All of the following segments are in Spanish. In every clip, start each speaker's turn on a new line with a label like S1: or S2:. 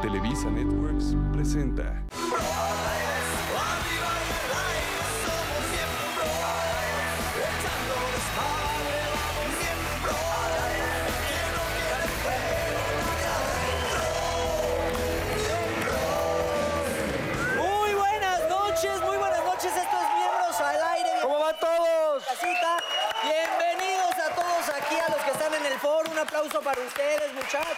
S1: Televisa Networks presenta.
S2: Muy buenas noches, muy buenas noches, estos miembros al aire. ¿Cómo van todos? Casita. Bienvenidos a todos aquí, a los que están en el foro. Un aplauso para ustedes, muchachos.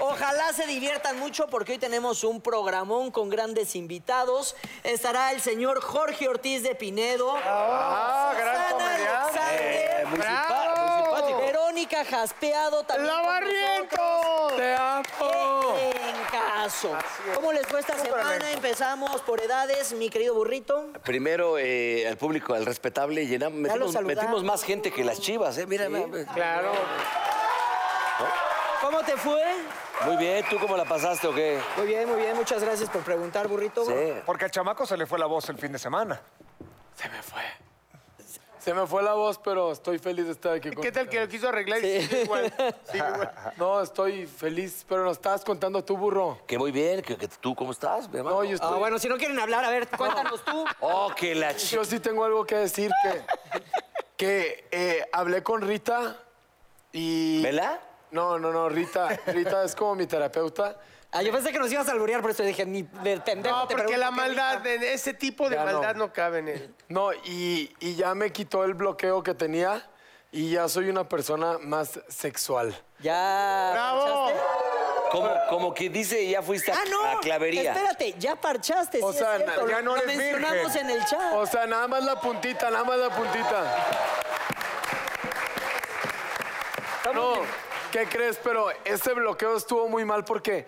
S2: Ojalá se diviertan mucho porque hoy tenemos un programón con grandes invitados. Estará el señor Jorge Ortiz de Pinedo.
S3: Ah, gran
S2: Susana
S3: comediante.
S2: Alexander,
S3: Eh, muy simpa- muy simpático.
S2: Verónica Jaspeado también.
S3: ¡La
S2: con
S3: Barrientos!
S2: nosotros.
S3: ¡Te amo!
S2: En caso.
S3: es.
S2: ¿Cómo les fue esta
S3: Súper
S2: semana?
S3: electo.
S2: Empezamos por edades, mi querido burrito.
S4: Primero, eh, al público, al respetable, llenamos,
S2: Ya lo
S4: metimos,
S2: saludamos.
S4: metimos más gente que las chivas, ¿eh? Mira, mira.
S3: Claro.
S2: ¿Cómo te fue?
S4: Muy bien, ¿tú cómo la pasaste o qué?
S2: Muy bien, muy bien. Muchas gracias por preguntar, burrito.
S4: Sí.
S3: Porque al chamaco se le fue la voz el fin de semana.
S5: Se me fue. Se me fue la voz, pero estoy feliz de estar aquí con
S6: ¿Qué tal que lo quiso arreglar? y sigue igual? Sigue igual.
S5: No, estoy feliz, pero nos estabas contando tú, burro.
S4: Que muy bien, que, que tú cómo estás, mi hermano.
S5: No, yo
S2: Ah,
S5: estoy...
S2: bueno, si no quieren hablar, a ver, cuéntanos tú.
S4: Oh, que la chi-
S5: Yo sí tengo algo que decir que... Que eh, hablé con Rita y...
S4: ¿Vela?
S5: No, no, no, Rita. Rita es como mi terapeuta.
S2: Ah, yo pensé que nos ibas a alburear, por eso dije, ni del pendejo.
S6: No,
S2: te
S6: porque
S2: pregunto
S6: la
S2: qué
S6: maldad,
S2: risa.
S6: en ese tipo de
S5: Ya no.
S6: maldad no, cabe en él.
S5: No, y, y ya me quitó el bloqueo que tenía y ya soy una persona más sexual.
S2: Ya.
S6: ¡Bravo!
S2: parchaste.
S4: Como, como que dice, ya fuiste a,
S2: Ah, no.
S4: a clavería.
S2: Espérate, ya parchaste.
S5: O
S2: sí
S5: sea,
S2: es cierto,
S5: ya
S2: lo-
S5: no
S2: lo
S5: eres
S2: mencionamos
S5: virgen.
S2: en el chat.
S5: O sea, nada más la puntita, nada más la puntita. No, ¿qué crees? Pero este bloqueo estuvo muy mal porque,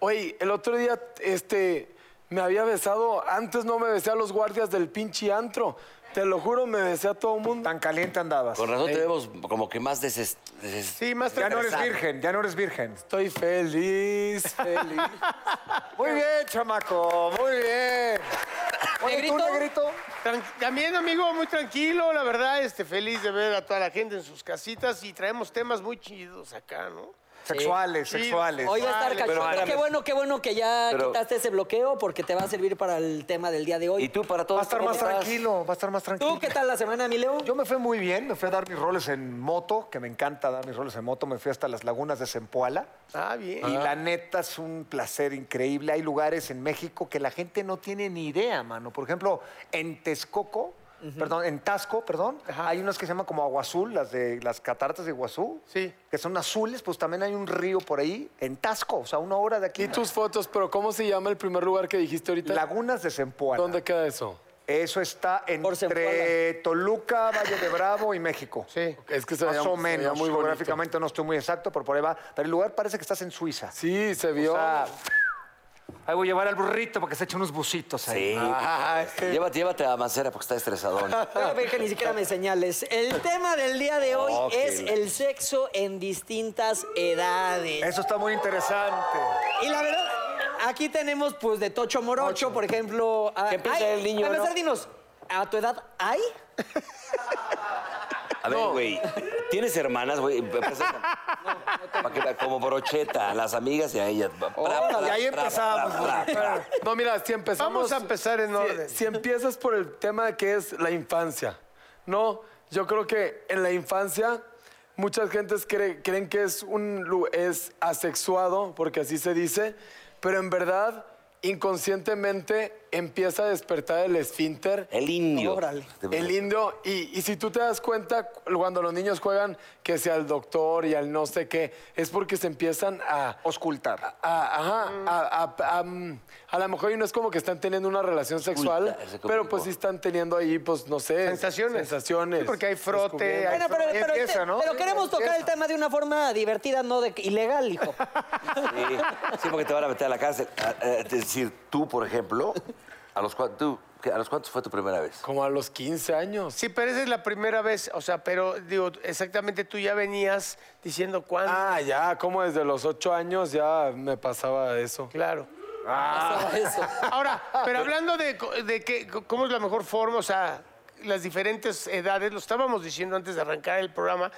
S5: oye, el otro día, este, me había besado, antes no me besé a los guardias del pinche antro. Te lo juro, me besé a todo mundo.
S3: Tan caliente andabas.
S4: Con razón te vemos como que más deses... deses-
S6: Sí, más
S3: Ya no eres
S6: tranquilo.
S3: virgen, ya no eres virgen.
S5: Estoy feliz, feliz.
S3: Muy bien, chamaco, muy bien. Oye, tú,
S2: Negrito.
S3: negrito.
S6: Tran- También, amigo, muy tranquilo, la verdad, este, feliz de ver a toda la gente en sus casitas y traemos temas muy chidos acá, ¿no?
S3: Sexuales,
S6: Sí.
S3: sexuales.
S2: Hoy va a estar
S6: Vale,
S2: cachón.
S4: pero
S2: Pero Qué
S4: espérame.
S2: bueno, qué bueno que ya
S4: Pero-
S2: quitaste ese bloqueo porque te va a servir para el tema del día de hoy.
S4: Y tú para todos.
S3: Va a estar
S4: ¿cómo
S3: más
S4: estás?
S3: tranquilo, va a estar más tranquilo.
S2: ¿Tú qué tal la semana, mi Leo?
S3: Yo me fui muy bien, me fui a dar mis roles en moto, que me encanta dar mis roles en moto. Me fui hasta las lagunas de Zempoala.
S6: Ah, bien.
S3: Y la neta es un placer increíble. Hay lugares en México que la gente no tiene ni idea, mano. Por ejemplo, en Texcoco, perdón, en Tasco, perdón, hay unas que se llaman como Agua Azul, las de las cataratas de Iguazú.
S6: Sí.
S3: Que son azules, pues también hay un río por ahí, en Tasco, o sea, una hora de aquí.
S5: Y tus fotos, pero ¿cómo se llama el primer lugar que dijiste ahorita?
S3: Lagunas de Zempoala.
S5: ¿Dónde queda eso?
S3: Eso está
S2: Por
S3: entre
S2: Zempoala.
S3: Toluca, Valle de Bravo y México.
S6: Sí.
S5: Es que se
S3: Más
S5: veía-
S3: o
S5: se veía
S3: menos,
S5: muy bonito.
S3: geográficamente no estoy muy exacto, pero por ahí va. Pero el lugar parece que estás en Suiza.
S5: Sí, se vio.
S3: O sea, ahí voy a llevar al burrito para que se eche unos bucitos ahí. Ah.
S4: Sí. Llévate, llévate a Mancera porque está estresadón.
S2: Voy a pedir que ni siquiera me señales. El tema del día de hoy
S4: Ok.
S2: es el sexo en distintas edades.
S3: Eso está muy interesante.
S2: Y la verdad, aquí tenemos pues de Tocho Morocho, por ejemplo. a-
S4: ¿Qué piensa
S2: ay,
S4: el niño,
S2: A empezar,
S4: no?
S2: dinos, ¿a tu edad hay?
S4: A ver, güey, ¿tienes hermanas, güey? Empieza con- Pa' que la- como brocheta, a las amigas y a ellas. Pra, pra,
S3: y ahí
S4: pra,
S3: empezamos,
S4: pra, pra, pra.
S5: No, mira, si empezamos.
S6: Vamos a empezar en
S5: si-
S6: orden.
S5: Si, empiezas por el tema de que es la infancia. No, yo creo que en la infancia muchas gentes cre- creen que es un lu- es asexuado, porque así se dice, pero en verdad inconscientemente empieza a despertar el esfínter.
S4: El indio.
S2: Órale.
S5: El indio, y, y si tú te das cuenta, cu- cuando los niños juegan que sea al doctor y al no sé qué, es porque se empiezan a
S3: Oscultar.
S5: a- ajá, a, a- a- mm, a lo mejor y no es como que están teniendo una relación sexual,
S4: ese complicó.
S5: pero pues sí están teniendo ahí, pues no sé.
S6: Sensaciones.
S5: Sensaciones.
S6: Sí, porque hay frote, hay
S2: Bueno, pero,
S6: frote.
S2: pero- este,
S3: empieza, ¿no?
S2: pero queremos tocar el tema de una forma divertida, no de ilegal, hijo.
S4: Sí, sí, porque te van a meter a la cárcel. Ah, eh, Es decir, tú, por ejemplo, ¿a los, cua- tú, qué- ¿a los cuántos fue tu primera vez?
S5: Como a los 15 años.
S6: Sí, pero esa es la primera vez, o sea, pero digo, exactamente tú ya venías diciendo cuándo.
S5: Ah, ya, como desde los 8 años ya me pasaba eso.
S6: Claro.
S2: Pasaba eso.
S6: Ahora, pero hablando de, co- de qué- co- cómo es la mejor forma, o sea, las diferentes edades, lo estábamos diciendo antes de arrancar el programa,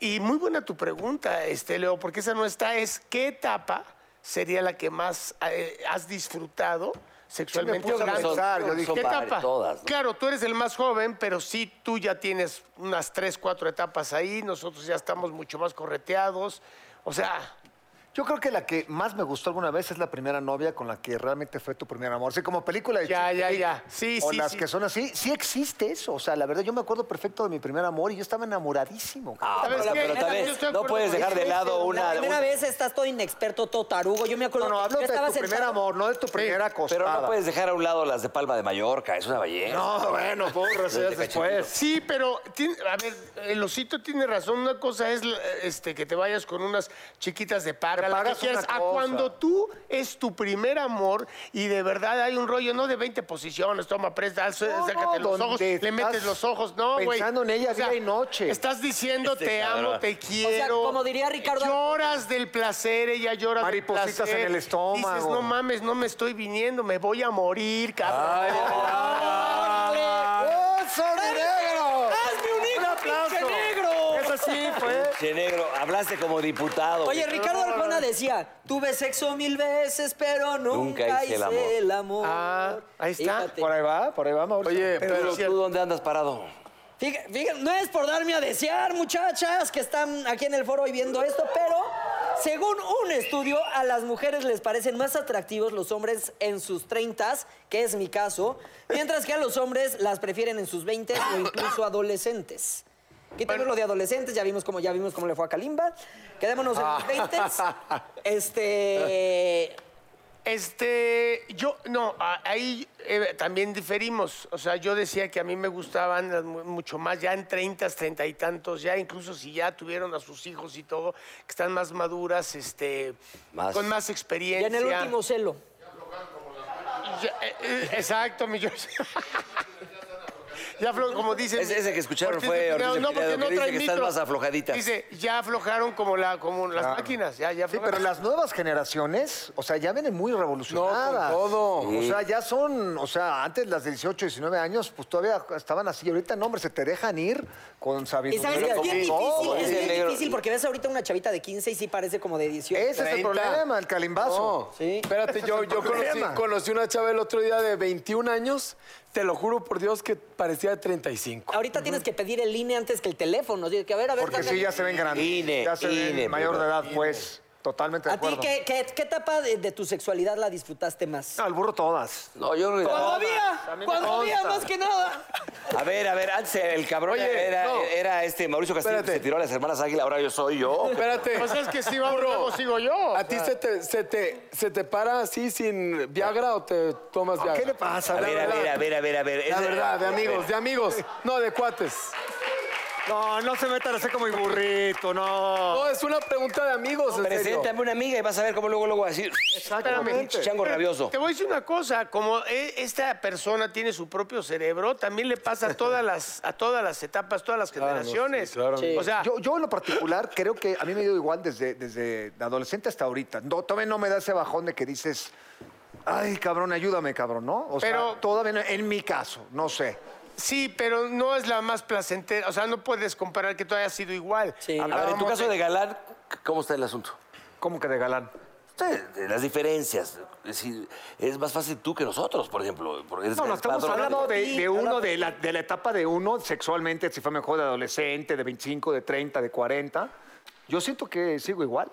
S6: y muy buena tu pregunta, este, Leo, porque esa no está, es qué etapa sería la que más eh, has disfrutado sexualmente
S3: puse a
S6: hablando?
S3: pensar, yo dije,
S6: ¿Qué
S4: padre,
S6: etapa?
S4: todas, ¿no?
S6: Claro, tú eres el más joven, pero sí tú ya tienes unas tres, cuatro etapas ahí. Nosotros ya estamos mucho más correteados. O sea,
S3: Yo creo que la que más me gustó alguna vez es la primera novia con la que realmente fue tu primer amor. Sí, como película de
S6: Ya,
S3: chick
S6: ya,
S3: flick,
S6: ya. Sí,
S3: o
S6: sí,
S3: las
S6: sí.
S3: que son así. Sí existe eso. O sea, la verdad, yo me acuerdo perfecto de mi primer amor y yo estaba enamoradísimo.
S4: Ah,
S6: ¿Sabes
S4: pero,
S6: qué?
S4: pero tal
S6: Yo
S4: vez
S6: estoy de
S4: no
S6: acuerdo
S4: puedes
S6: con
S4: dejar de
S6: eso.
S4: lado una...
S2: la primera
S4: un-
S2: vez estás todo inexperto, todo tarugo. Yo me acuerdo
S3: no, no,
S2: que
S3: hablo
S2: yo
S3: de
S2: estaba
S3: tu primer
S2: sentado-
S3: amor, no de tu primera costada.
S4: Pero no puedes dejar a un lado las de Palma de Mallorca, es una belleza.
S3: No, bueno, porra, eso ya es después.
S6: Sí, pero tiene- a ver, el osito tiene razón. Una cosa es la- este, que te vayas con unas chiquitas de paga,
S3: Te
S6: la que
S3: pagas
S6: quieras.
S3: una
S6: A
S3: cosa.
S6: cuando tú es tu primer amor y de verdad hay un rollo, no de 20 posiciones, toma presta, alza,
S3: No,
S6: sácate
S3: no,
S6: los
S3: donde
S6: ojos, le metes
S3: estás
S6: los ojos, no, güey.
S3: pensando en ella día y noche.
S6: Estás diciendo
S4: Este
S6: te amo,
S4: cabrón.
S6: te quiero.
S2: como diría Ricardo-
S6: Lloras del placer, ella llora del
S3: Maripositas
S6: placer.
S3: en el estómago.
S6: Dices, no mames, no me estoy viniendo, me voy a morir, cabrón.
S3: ¡Oso de negro!
S2: ¡Hazme un hijo,
S3: ¡Un aplauso!
S2: pinche negro!
S3: Eso sí fue.
S4: Che, negro, hablaste como diputado.
S2: Oye, Ricardo Arjona decía, tuve sexo mil veces, pero nunca, hice el amor.
S6: Ah, ahí está.
S2: Fíjate.
S3: Por ahí va, por ahí va, Mauricio.
S5: Oye,
S4: pero,
S5: pero,
S4: tú dónde andas parado.
S2: Fija- fija- no es por darme a desear, muchachas, que están aquí en el foro y viendo esto, pero según un estudio, a las mujeres les parecen más atractivos los hombres en sus 30, que es mi caso, mientras que a los hombres las prefieren en sus 20 o incluso adolescentes. Quitemos lo de adolescentes, ya vimos cómo, ya vimos cómo le fue a Kalimba. Quedémonos en los 20. Este.
S6: Este, yo, no, a- ahí eh, también diferimos. O sea, yo decía que a mí me gustaban las mu- mucho más, ya en 30, 30 y tantos, ya incluso si ya tuvieron a sus hijos y todo, que están más maduras, este,
S4: Más.
S6: con más experiencia.
S2: Ya en el último celo.
S6: Ya, eh, eh, exacto, mi George. Ya aflo- como dicen.
S4: Ese- ese que escucharon
S6: Ortiz
S4: fue
S6: de Pinedo.
S4: Ortiz de
S6: No, porque
S4: Pinedo,
S6: no
S4: que dice
S6: traen
S4: que están
S6: micro.
S4: más aflojaditas.
S6: Dice, ya aflojaron como, la, como
S2: Ah.
S6: las máquinas. Ya, ya
S3: Sí, pero
S6: aflojaron.
S3: las nuevas generaciones, o sea, ya vienen muy revolucionadas.
S5: No, con todo.
S3: O sea, ya son, o sea, antes las de 18, 19 años, pues todavía estaban así. Ahorita, no, hombre, se te dejan ir con
S2: Y
S3: sabiduría.
S2: sabes que es bien
S3: Con todo.
S2: difícil, es
S4: dice el
S2: bien
S4: negro.
S2: difícil porque ves ahorita una chavita de 15 y sí parece como de 18.
S3: Ese es el
S5: 30.
S3: problema, el calimbazo.
S5: No,
S2: Sí.
S5: espérate, yo, yo conocí,
S3: problema.
S5: conocí una chava el otro día de 21 años, te lo juro por Dios que parecía de 35.
S2: Ahorita tienes que pedir el INE antes que el teléfono. Así que, a ver, a ver,
S3: Porque
S2: dame-
S3: sí, ya se ven grandes.
S4: INE,
S3: ya se
S4: INE,
S3: ven mayor de
S4: Bruno,
S3: edad, pues. Totalmente de
S2: ¿A ti
S3: acuerdo.
S2: qué, qué- qué etapa de, de tu sexualidad la disfrutaste más?
S3: No, al burro todas.
S4: No, yo no.
S2: Cuando había,
S3: mí me
S2: cuando había más que nada.
S4: A ver, a ver, antes el cabrón
S5: Oye,
S4: era,
S5: no.
S4: era este Mauricio Castillo
S5: Espérate.
S4: que se tiró a las hermanas Águila, ahora yo soy yo.
S5: Espérate.
S6: Pues es que si va
S5: Burro,
S6: luego sigo yo.
S5: ¿A ti se te, se, te, se te para así sin Viagra o te tomas Viagra?
S3: ¿Qué le pasa?
S4: A
S3: La
S4: ver, a
S3: verdad.
S4: ver, a ver, a ver, a ver.
S5: La
S4: Ese-
S5: verdad, de amigos, de amigos. No, de cuates.
S3: No, no se metan así como el burrito, no.
S5: No, es una pregunta de amigos, en serio.
S4: Preséntame una amiga y vas a ver cómo luego luego así.
S3: Exactamente.
S4: Chango rabioso.
S6: Te voy a decir una cosa, como e- esta persona tiene su propio cerebro, también le pasa a todas las, a todas las etapas, todas las generaciones.
S5: claro. Sí.
S6: O sea,
S3: Yo, yo en lo particular creo que a mí me ha ido igual desde, desde de adolescente hasta ahorita. No, todavía no me da ese bajón de que dices, ay, cabrón, ayúdame, cabrón, ¿no? O sea,
S6: Pero-
S3: todavía no- en mi caso, no sé.
S6: sí, pero no es la más placentera. O sea, no puedes comparar que todo haya sido igual.
S2: Sí.
S4: A ver, en tu
S6: Hablábamos
S4: caso
S5: eh.
S6: de-
S4: de galán, ¿cómo está el asunto?
S3: ¿Cómo que de galán?
S4: Usted, de Las diferencias. Es, decir, es más fácil tú que nosotros, por ejemplo. porque eres
S3: No, no, estamos
S4: padrón.
S3: hablando de, de uno, de la, de la etapa de uno sexualmente, si fue mejor de adolescente, de 25, de 30, de 40. Yo siento que sigo igual.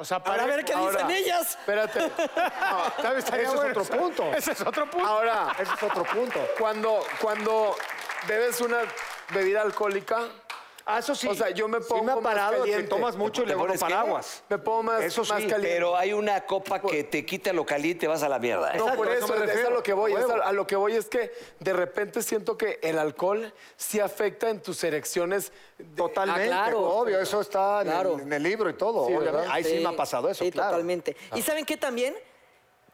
S6: O sea,
S2: Para
S6: pare-
S2: ver qué
S6: ahora-
S2: dicen ellas.
S5: Espérate. No, ¿sabes? Estaría
S3: Ese
S5: bueno.
S3: es otro punto.
S6: Ese es otro punto.
S5: Ahora,
S3: Ese es otro punto.
S5: cuando, cuando bebes una bebida alcohólica,
S3: Ah, eso sí.
S5: O sea, yo
S3: Sí
S5: me
S3: me
S5: pongo
S3: ha
S5: más
S3: parado de que
S5: caliente.
S3: tomas mucho y
S4: ¿Te
S3: luego no
S4: pones qué?
S3: paraguas.
S5: me pongo más,
S3: Eso
S5: más
S3: sí,
S5: caliente.
S4: Pero hay una copa que te quita lo caliente y vas a la mierda. ¿eh?
S5: No,
S3: Exacto,
S5: por
S3: a eso
S5: eso,
S3: me
S5: es a
S3: refiero,
S5: lo que voy. es a-
S3: huevo.
S5: a, lo que voy es que de repente siento que el alcohol sí afecta en tus erecciones. de-
S3: Totalmente,
S2: Ah, claro.
S3: obvio, eso está en el-
S2: Claro.
S3: en, el libro y todo.
S5: Sí,
S3: obviamente.
S5: ¿verdad?
S3: Ahí sí, me ha pasado eso,
S2: Sí,
S3: claro. Ah.
S2: totalmente. ¿Y saben qué también?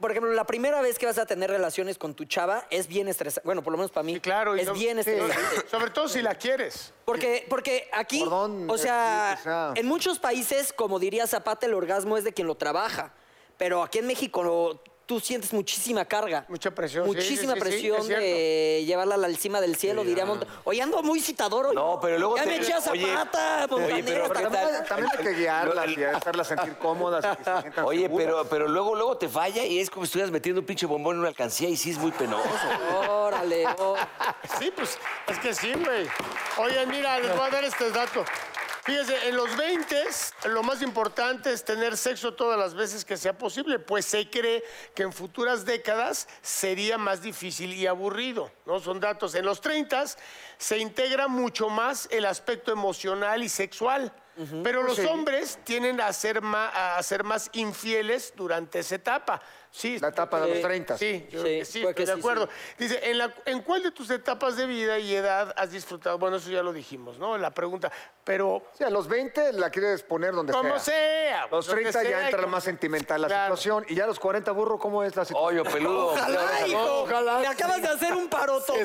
S2: Por ejemplo, la primera vez que vas a tener relaciones con tu chava es bien estresante. Bueno, por lo menos para mí.
S6: Sí, claro. y
S2: Es
S6: sobre-
S2: bien este
S6: sí.
S2: estresante.
S6: Sobre todo si la quieres.
S2: Porque, porque aquí,
S3: Cordón,
S2: o
S3: eh, sí, quizá.
S2: sea, en muchos países, como diría Zapata, el orgasmo es de quien lo trabaja. Pero aquí en México tú sientes muchísima carga.
S6: Mucha presión, sí,
S2: Muchísima
S6: sí, sí, sí,
S2: presión
S6: es cierto.
S2: de llevarla a la encima del cielo, diría Monta- Oye, ando muy citador hoy.
S4: No, pero luego
S2: Ya
S4: te-
S2: me eché a
S4: oye,
S2: Zapata, pues,
S4: oye, pero
S2: Montanero,
S4: ¿qué
S2: Tacoma.
S4: tal?
S3: También hay que guiarlas y hacerlas sentir cómodas. y que se sientan
S4: Oye,
S3: seguras.
S4: pero, pero luego, luego te falla y es como si estuvieras metiendo un pinche bombón en una alcancía y sí es muy penoso.
S2: Órale, oh.
S6: Sí, pues es que sí, güey. Oye, mira, les voy a dar este dato. Fíjense, en los 20 lo más importante es tener sexo todas las veces que sea posible, pues se cree que en futuras décadas sería más difícil y aburrido, ¿no? Son datos. En los 30 se integra mucho más el aspecto emocional y sexual. Pero los hombres tienden a ser, ma- a ser más infieles durante esa etapa. Sí,
S3: La etapa de los
S2: Sí.
S3: 30.
S6: Sí,
S2: Sí,
S6: yo creo que sí,
S2: puede
S6: estoy
S2: que
S6: de
S2: sí,
S6: acuerdo. Dice, ¿en, la- en cuál de tus etapas de vida y edad has disfrutado? Bueno, eso ya lo dijimos, ¿no? La pregunta. Pero
S3: Sí, a los 20 la quieres poner donde
S6: como
S3: sea.
S6: sea.
S3: Los
S6: lo que
S3: 30
S6: sea,
S3: ya entra
S6: como-
S3: más sentimental la
S6: Claro.
S3: situación. Y ya a los 40, burro, ¿cómo es la situación?
S4: Oye, peludo.
S2: Ojalá, hijo.
S5: ojalá
S2: Me acabas de hacer un parototote.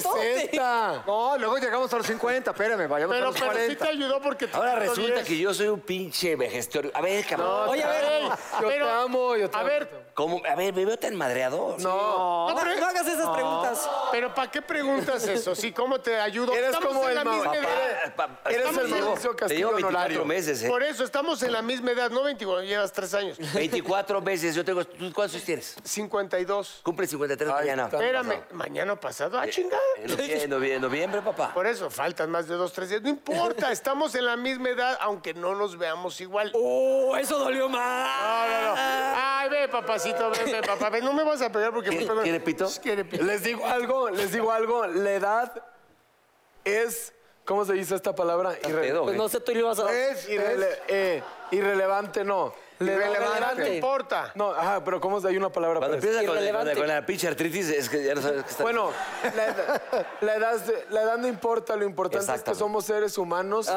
S5: ¡60!
S3: No, luego llegamos a los 50, espérame, vayamos a
S6: Pero,
S3: los
S6: pero sí
S3: 40.
S6: te ayudó porque... te
S4: Ahora
S6: hizo
S4: resulta
S6: bien.
S4: que yo soy un pinche vejestorio. A ver, cabrón.
S2: Oye, a ver,
S6: Ey,
S2: no,
S5: Yo
S6: pero-
S5: te amo, yo te
S6: A
S5: amo.
S6: ver,
S4: ¿Cómo? A ver, me veo tan madreado.
S5: No,
S6: no, pero-
S2: no hagas esas preguntas.
S6: pero ¿para qué preguntas eso? Sí, ¿cómo te ayudo?
S5: Eres
S6: Estamos
S5: como
S6: en la
S5: el ma-
S6: misma
S5: papá.
S6: edad.
S4: Pa-
S5: Eres
S4: estamos
S5: el
S4: en-
S5: Mauricio
S4: Te
S5: Castillo
S4: llevo 24
S5: honorario.
S4: meses, ¿eh?
S6: Por eso, estamos en la misma edad, no 24, llevas tres años.
S4: 24 meses. Yo tengo... ¿Tú cuántos años tienes?
S6: 52.
S4: Cumple 53 mañana. Eh,
S6: Espérame, mañana pasado. Ah, chingada.
S4: En novie- en novie- en noviembre, papá.
S6: Por eso faltan más de dos, tres días. No importa, estamos en la misma edad, aunque no nos veamos igual.
S2: Oh, eso dolió más.
S6: No, no, no. Ay, ve, papacito, ve, ve, papá. Ve, no me vas a pegar porque me pego.
S4: ¿Quiere pito?
S6: ¿Quiere pito?
S5: les digo algo, les digo algo. La edad es, ¿cómo se dice esta palabra? Irre-
S4: Pedo,
S2: Pues
S4: güey.
S2: no sé, tú le ibas a dar.
S5: Es irrele- eh, irrelevante, no. La edad-
S6: No
S2: Irrelevante.
S6: importa.
S5: No, ajá, pero ¿cómo se- hay una palabra
S4: Cuando
S5: para eso?
S4: empiezas con,
S2: irrelevante.
S4: con la pinche artritis, es que ya no sabes qué está...
S5: pues, Bueno, la edad, la edad- la edad no importa, lo importante es que
S4: Exactamente. Ah.
S5: somos seres humanos.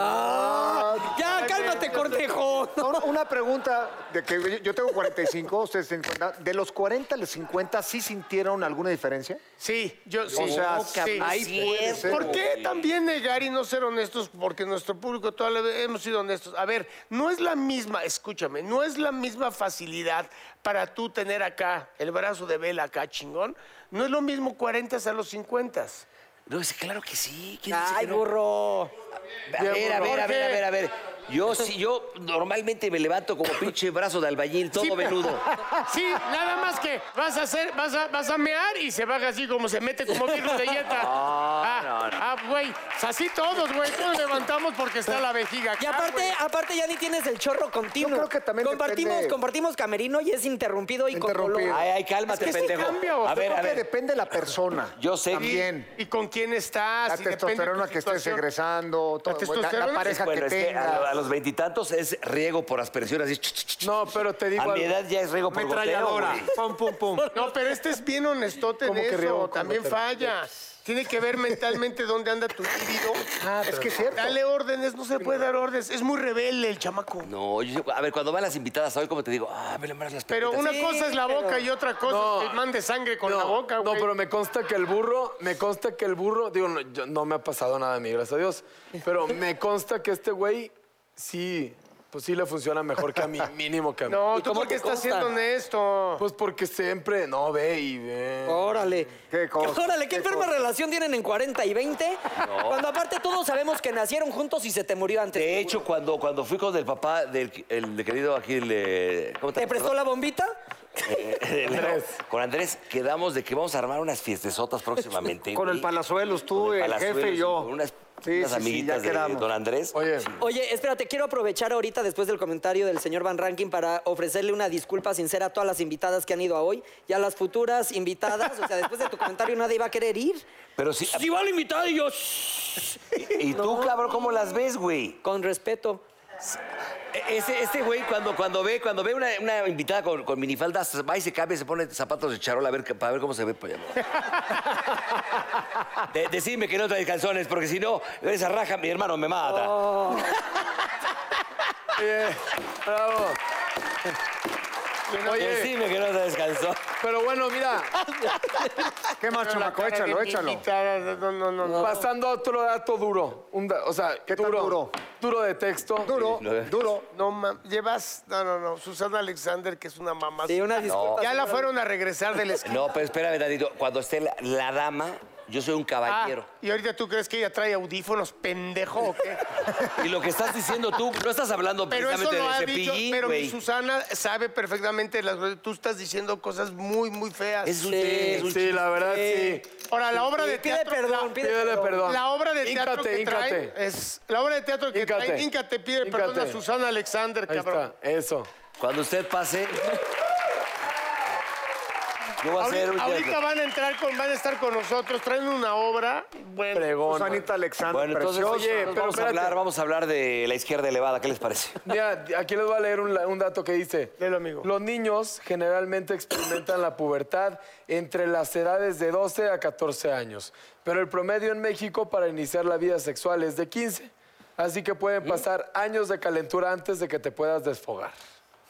S2: Ya, cálmate, cortejo.
S3: No, no, una pregunta de que yo- yo tengo 45, ustedes 50. ¿De los 40 a los 50 sí sintieron alguna diferencia?
S6: Sí, yo sí.
S3: O sea,
S6: sí.
S4: ahí puede ser.
S6: ¿Por qué también negar y no ser honestos? Porque nuestro público toda la vida hemos sido honestos. A ver, no es la misma, escúchame, no es la misma facilidad para tú tener acá el brazo de vela acá, chingón. No es lo mismo 40 a los 50.
S4: No, dice, claro que sí. ¿quién dice que
S2: Ay,
S4: no?
S2: burro.
S4: A ver, a ver, a ver, a
S6: Jorge.
S4: ver, a ver. Yo sí, yo normalmente me levanto como pinche brazo de albañil, todo veludo.
S6: Sí, nada más que vas a hacer, vas a, vas a mear y se baja así como se mete como virus de dieta. ah, ah, güey, así todos, güey, todos levantamos porque está la vejiga.
S2: Y
S6: acá, güey.
S2: aparte, aparte ya ni tienes el chorro continuo.
S3: Ah, Yo creo que también
S2: compartimos,
S3: depende-
S2: compartimos camerino y es interrumpido y con
S3: Interrumpido.
S2: color.
S4: Ay, ay, cálmate,
S6: Es que sí
S4: pendejo.
S6: cambia, o
S4: a
S6: sea,
S4: ver,
S3: Creo
S4: a
S3: que
S4: ver.
S3: depende de la persona.
S4: Yo sé que-
S3: También.
S6: ¿Y con quién estás?
S3: La
S6: y depende de tu
S3: testosterona que estés
S6: situación.
S3: egresando, todo, la- la,
S6: testosterona,
S3: pareja
S4: Bueno,
S3: que
S4: es que
S3: tengas.
S4: a, a los veintitantos es riego por aspersión, así. ch, ch, ch, ch.
S5: No, pero te digo
S4: a mi
S5: algo.
S4: edad ya es riego por goteo, güey.
S5: Pum, pum, pum.
S6: No, pero este es bien honestote en
S5: Como que
S6: eso,
S5: riego con
S6: también
S5: gotero.
S6: falla. Tiene que ver mentalmente dónde anda tu líbido.
S3: es que es cierto.
S6: Dale órdenes, no se puede dar órdenes. Es muy rebelde el chamaco.
S4: No, yo- a ver, cuando van las invitadas, hoy como te digo, ah, me más las
S6: Pero
S4: pelotas.
S6: una cosa es la boca y otra cosa es que mande sangre con la boca, güey.
S5: No, pero me consta que el burro, me consta que el burro, digo, no, yo- no me ha pasado nada a mí, gracias a Dios. Pero me consta que este güey sí, pues sí le funciona mejor que a mí, mínimo que a mí.
S6: No,
S2: ¿Y
S6: ¿tú
S2: cómo
S6: por qué
S2: te
S6: estás
S2: consta?
S6: siendo honesto?
S5: Pues porque siempre, no, ve y ve.
S6: Oh.
S2: Órale.
S3: Qué cosa,
S2: Órale, qué
S3: qué
S2: enferma
S3: cosa.
S2: relación tienen en 40 y 20. Cuando aparte todos sabemos que nacieron juntos y se te murió antes.
S4: De hecho, cuando, cuando fui con el papá del el de querido aquí, el, eh, ¿cómo
S2: ¿Te prestó la bombita?
S4: Andrés. Con Andrés quedamos de que vamos a armar unas fiestezotas próximamente.
S3: Con el
S4: güey.
S3: Palazuelos, tú,
S4: Con
S3: el jefe y yo.
S4: con unas,
S3: Sí,
S4: unas
S3: sí, sí,
S4: amiguitas
S3: ya
S4: de
S3: quedamos.
S4: don Andrés.
S5: Oye,
S2: Oye, espérate, quiero aprovechar ahorita después del comentario del señor Van Ranking para ofrecerle una disculpa sincera a todas las invitadas que han ido a hoy y a las futuras invitadas. O sea, después de tu comentario nadie va a querer ir.
S4: Pero sí.
S2: Si va la invitada y yo...
S4: ¿Y tú, cabrón, cómo las ves, güey?
S2: Con respeto.
S4: E- Este, este güey, cuando, cuando ve, cuando ve una, una invitada con, con minifalda, se va y se cambia, se pone zapatos de charola a ver, que- para ver cómo se ve. pues, ya no. De- decidme que no traes calzones, porque si no, esa raja, mi hermano, me mata.
S5: bravo. Oye,
S4: Decime que no traes calzones.
S5: pero bueno, mira,
S3: ¿Qué más, chamaco?
S6: Cara de
S3: Échalo,
S6: mi
S3: échalo.
S6: invitada, No, no, no. no.
S5: pasando a otro dato duro. un da- o sea,
S3: ¿Qué tan duro?
S5: Duro de texto.
S3: Duro, duro.
S6: No, mames, llevas. No, no, no. Susana Alexander, que es una mamá.
S2: Sí, una disculpa.
S6: Ya la fueron a regresar del esquí.
S4: No, pero espérame, Dadito. Cuando esté la, la dama, yo soy un caballero.
S6: Ah, y ahorita tú crees que ella trae audífonos, pendejo, ¿o qué?
S4: Y lo que estás diciendo tú, no estás hablando
S6: Pero eso
S4: precisamente
S6: lo ha
S4: de
S6: dicho.
S4: cepillín,
S6: Pero mi
S4: güey.
S6: Susana sabe perfectamente las cosas. Tú estás diciendo cosas muy, muy feas.
S4: Es un,
S2: Sí,
S4: es un
S5: Sí, la verdad, sí.
S6: Ahora, la obra de
S2: Pide
S6: teatro.
S2: perdón, pide
S5: Pídele
S2: perdón.
S5: perdón.
S6: La obra de teatro
S5: Híncate,
S6: que trae
S5: híncate.
S6: es la obra de teatro que
S5: Híncate.
S6: trae Inca te pide perdón a
S5: Híncate.
S6: Susana Alexander,
S5: Ahí
S6: cabrón.
S5: está, eso.
S4: Cuando usted pase. Yo voy a hacer un.
S6: Ahorita, ahorita van a entrar con, van a estar con nosotros, traen una obra. Bueno, pues,
S5: Pregón.
S3: Susanita Alexander,
S4: Bueno, entonces,
S3: preciosa.
S5: oye,
S4: vamos,
S5: pero
S4: a
S5: espérate.
S4: hablar, vamos a hablar de la izquierda elevada. ¿Qué les parece?
S5: Mira, aquí les voy a leer un, la- un dato que dice.
S6: Léelo, amigo.
S5: Los niños generalmente experimentan la pubertad entre las edades de 12 a 14 años, pero el promedio en México para iniciar la vida sexual es de 15. Así que pueden pasar años de calentura antes de que te puedas desfogar.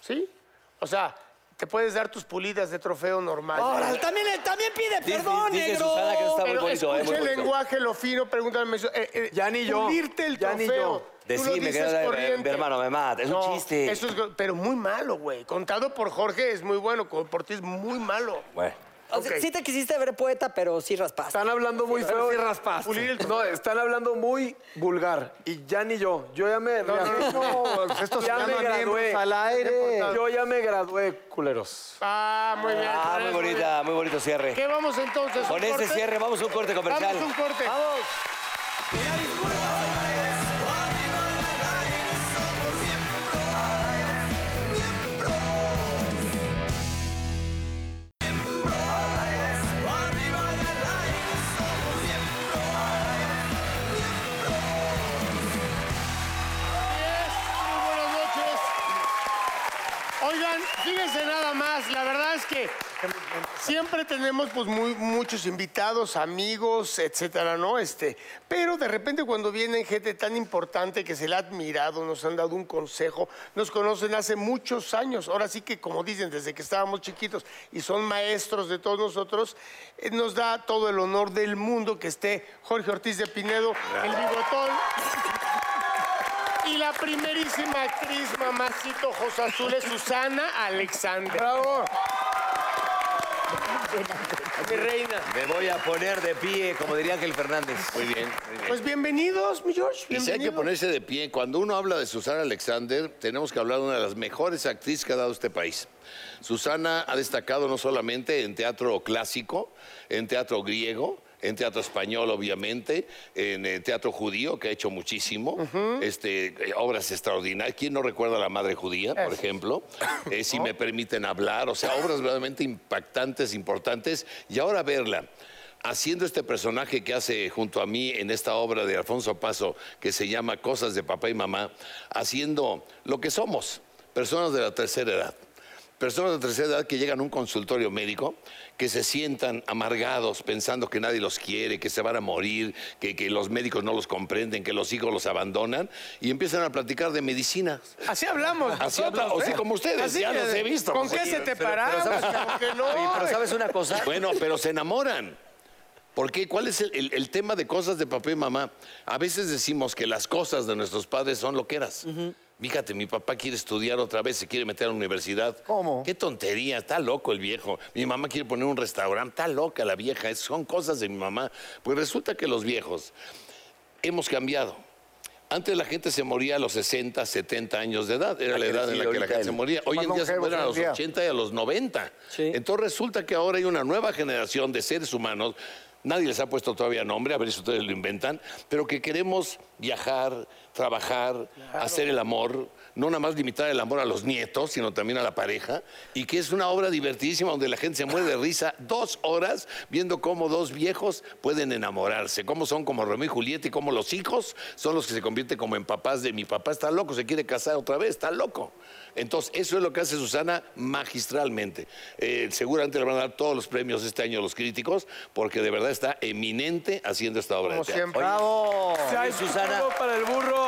S6: ¿sí? O sea, te puedes dar tus pulidas de trofeo normal.
S2: Ahora, también, él también pide
S4: Dice-
S2: perdón,
S4: dice
S2: negro.
S4: Susana que está muy
S6: Pero
S4: bonito, eh, muy
S6: escucha el
S4: bonito.
S6: lenguaje, lo fino, pregúntame. eso. Eh, eh,
S5: Ya ni yo,
S6: Pulirte el
S5: ya ni
S6: trofeo.
S5: yo.
S6: Tú lo
S4: Decime que
S6: dices
S4: no, eh,
S6: corriente.
S4: mi hermano me mata. Es un
S6: No,
S4: chiste.
S6: Eso es, go- pero muy malo, güey. Contado por Jorge es muy bueno, co- por ti es muy malo.
S4: Bueno.
S2: O sea,
S6: Ok.
S2: Sí te quisiste ver poeta, pero sí raspaste.
S5: Están hablando muy feo.
S6: Pulir el
S5: No, están hablando muy vulgar. Y ya ni yo. Yo ya me.
S3: No, no, no, no, esto se
S5: ya me
S3: llama miembros
S5: gradué.
S3: al aire.
S5: Yo ya me gradué, culeros.
S6: Ah, muy bien.
S4: Ah, muy
S6: Gracias,
S4: bonita, muy bonito cierre.
S6: bien. ¿Qué vamos entonces? ¿Un
S4: Con este
S6: corte?
S4: cierre vamos a un corte comercial.
S6: Vamos un corte. Así es, muy buenas noches. Oigan, fíjense nada más, la verdad es que siempre tenemos pues muy muchos invitados, amigos, etcétera, ¿no? Este, pero de repente cuando vienen gente tan importante que se la ha admirado, nos han dado un consejo, nos conocen hace muchos años, ahora sí que como dicen, desde que estábamos chiquitos y son maestros de todos nosotros, eh, nos da todo el honor del mundo que esté Jorge Ortiz de Pinedo, el bigotón. Y la primerísima actriz, mamacito ojos azules, Susana Alexander. ¡Bravo! Mi reina.
S4: Me voy a poner de pie, como diría Ángel Fernández.
S7: Muy bien, muy bien.
S6: Pues bienvenidos, mi George.
S7: Y si hay que
S6: bienvenidos.
S7: ponerse de pie, cuando uno habla de Susana Alexander, tenemos que hablar de una de las mejores actrices que ha dado este país. Susana ha destacado no solamente en teatro clásico, en teatro griego, en teatro español, obviamente, en eh, teatro judío, que ha hecho muchísimo, este, eh, obras extraordinarias. ¿Quién no recuerda a la madre judía, por ejemplo? Eh, si me permiten hablar, o sea, obras verdaderamente impactantes, importantes. Y ahora verla haciendo este personaje que hace junto a mí en esta obra de Alfonso Paso, que se llama Cosas de Papá y Mamá, haciendo lo que somos, personas de la tercera edad. Personas de tercera edad que llegan a un consultorio médico, que se sientan amargados pensando que nadie los quiere, que se van a morir, que, que los médicos no los comprenden, que los hijos los abandonan, y empiezan a platicar de medicina.
S6: Así hablamos.
S7: Así
S6: nosotros,
S7: habla- o
S6: ¿eh?
S7: sí, como ustedes, ya
S6: que-
S7: los he visto.
S6: ¿Con qué
S7: Sí,
S6: se te
S7: pero-
S6: paramos?
S4: pero sabes-
S6: cabrón? que no.
S4: Oye, pero ¿sabes una cosa?
S7: Bueno, pero se enamoran. ¿Por qué? ¿Cuál es el, el- el tema de cosas de papá y mamá? A veces decimos que las cosas de nuestros padres son lo que eras. Fíjate, mi papá quiere estudiar otra vez, se quiere meter a la universidad.
S3: ¿Cómo?
S7: Qué tontería, está loco el viejo. Mi mamá quiere poner un restaurante, está loca la vieja, es- son cosas de mi mamá. Pues resulta que los viejos hemos cambiado. Antes la gente se moría a los 60, 70 años de edad. Era la edad en la que la gente se moría. Hoy
S3: Más
S7: en día se
S3: longevos
S7: mueren a
S3: hoy en
S7: los
S3: día.
S7: 80 y a los 90.
S2: Sí.
S7: Entonces resulta que ahora hay una nueva generación de seres humanos, nadie les ha puesto todavía nombre, a ver si ustedes lo inventan, pero que queremos viajar, trabajar, hacer el amor, no nada más limitar el amor a los nietos, sino también a la pareja, y que es una obra divertidísima donde la gente se muere de risa dos horas viendo cómo dos viejos pueden enamorarse, cómo son como Romeo y Julieta y cómo los hijos son los que se convierten como en papás de mi papá está loco, se quiere casar otra vez, está loco. Entonces, eso es lo que hace Susana magistralmente. Eh, seguramente le van a dar todos los premios este año a los críticos, porque de verdad está eminente haciendo esta obra
S6: Como
S7: de teatro.
S6: siempre.
S3: Bravo.
S5: Se hay
S4: Susana.
S5: futuro para el burro.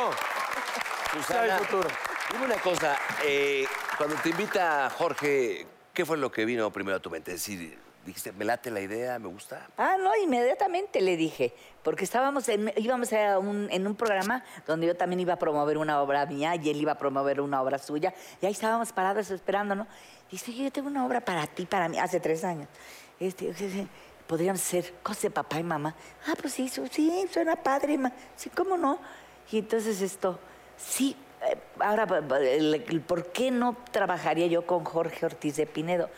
S4: Susana,
S5: hay futuro.
S4: Dime una cosa, eh, cuando te invita Jorge, ¿qué fue lo que vino primero a tu mente? Es decir, dijiste, me late la idea, me gusta.
S8: Ah, no, inmediatamente le dije, porque estábamos en, íbamos a un, en un programa donde yo también iba a promover una obra mía y él iba a promover una obra suya, y ahí estábamos parados esperando, ¿no? Dice, "Oye, yo tengo una obra para ti, para mí, hace tres años. Este, podrían ser cosas de papá y mamá. Ah, pues sí, su- sí, suena padre, ma. sí, ¿cómo no? Y entonces esto, sí, eh, ahora, pa- pa- el- el ¿por qué no trabajaría yo con Jorge Ortiz de Pinedo?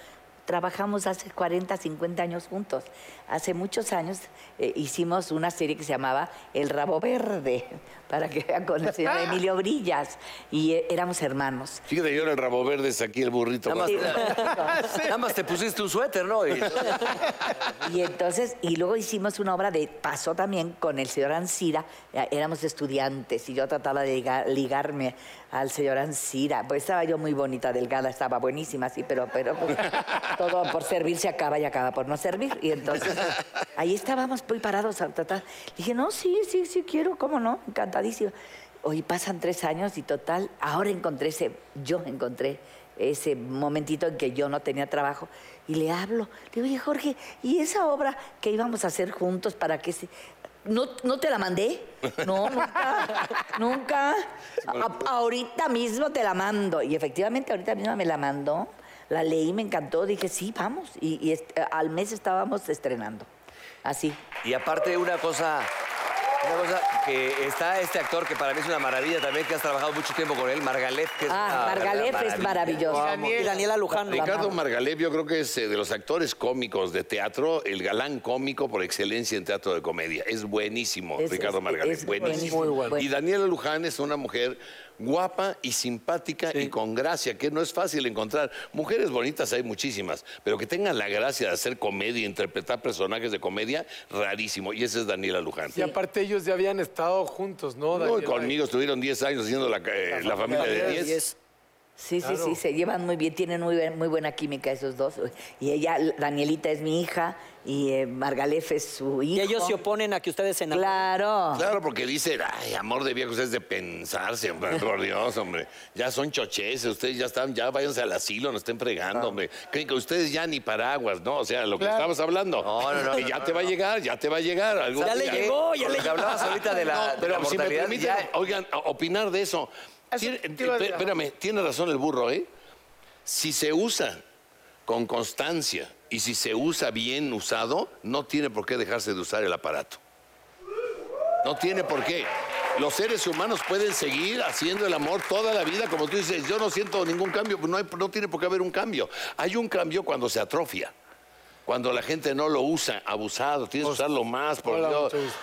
S8: Trabajamos hace 40, 50 años juntos. Hace muchos años eh, hicimos una serie que se llamaba El Rabo Verde, para que vean con el señor Emilio Brillas. Y eh, éramos hermanos.
S7: Fíjate, yo era el rabo verde, saqué el burrito.
S4: Nada más,
S8: Sí.
S4: nada más te pusiste un suéter, ¿no? Y-
S8: Y entonces, y luego hicimos una obra de paso también con el señor Ansira. Eh, Éramos estudiantes y yo trataba de liga- ligarme al señor Ansira. Pues estaba yo muy bonita, delgada, estaba buenísima, sí, pero, pero pues, todo por servir se acaba y acaba por no servir. Y entonces ahí estábamos muy parados a tratar. Dije, no, sí, sí, sí, quiero, cómo no, encantadísima. Hoy pasan tres años y total, ahora encontré ese, yo encontré ese momentito en que yo no tenía trabajo y le hablo. Le digo, oye, Jorge, ¿y esa obra que íbamos a hacer juntos para que se... ¿No, ¿No te la mandé? No, nunca, nunca. A- ahorita mismo te la mando. Y efectivamente ahorita mismo me la mandó. La leí, me encantó. Dije, sí, vamos. Y, y est- eh, al mes estábamos estrenando. Así.
S4: Y aparte una cosa, una cosa que está este actor que para mí es una maravilla también, que has trabajado mucho tiempo con él, Margalet. Que es
S8: Ah,
S4: una
S8: Margalef
S4: verdadera
S8: es
S4: maravilla.
S8: maravilloso.
S2: Y Daniela Luján.
S7: Ricardo Margalef, yo creo que es eh, de los actores cómicos de teatro, el galán cómico por excelencia en teatro de comedia. Es buenísimo,
S8: Es-
S7: Ricardo
S8: es-
S7: Margalef,
S8: es
S7: buenísimo.
S8: muy bueno.
S7: Y Daniela Luján es una mujer guapa y simpática y con gracia, que no es fácil encontrar. Mujeres bonitas hay muchísimas, pero que tengan la gracia de hacer comedia, interpretar personajes de comedia, rarísimo. Y esa es Daniela Luján.
S5: Y aparte ellos ya habían estado juntos, ¿no?
S7: No, y
S5: Daniela?
S7: conmigo estuvieron 10 años haciendo la, ca- eh, la familia de 10.
S8: Sí, sí, sí, se llevan muy bien, tienen muy, buen- muy buena química esos dos. Y ella, Danielita es mi hija y eh, Margalef es su hijo.
S2: Y ellos se oponen a que ustedes se enamoren.
S8: Claro.
S6: Ah.
S7: Claro, porque dicen, ay, amor de viejos es de pensarse, hombre, por Dios, hombre. Ya son choches, ustedes ya están, ya váyanse al asilo, no estén fregando,
S6: Ah.
S7: hombre. Creen que ustedes ya ni paraguas, ¿no? O sea, lo que estabas hablando.
S4: No, no, no,
S7: Que
S4: no,
S7: ya
S4: no,
S7: te va a llegar, ya te va a llegar. algún
S2: Ya le
S7: día.
S2: llegó, ya
S4: Con
S2: le
S4: lo que hablabas ahorita de la,
S7: No,
S4: de
S7: pero
S4: la
S7: si me
S4: mortalidad,
S7: permiten,
S4: ya-
S7: oigan, a- opinar de eso.
S6: Eso
S7: Tiene-
S6: te iba a decir, ajá.
S7: espérame, tiene razón el burro, ¿eh? Si se usa con constancia y si se usa bien usado, no tiene por qué dejarse de usar el aparato. No tiene por qué. Los seres humanos pueden seguir haciendo el amor toda la vida, como tú dices, yo no siento ningún cambio, no, hay- no tiene por qué haber un cambio. Hay un cambio cuando se atrofia, cuando la gente no lo usa, abusado, tienes que usarlo más, por
S5: Pues, hola,
S7: Dios.
S5: mucho gusto.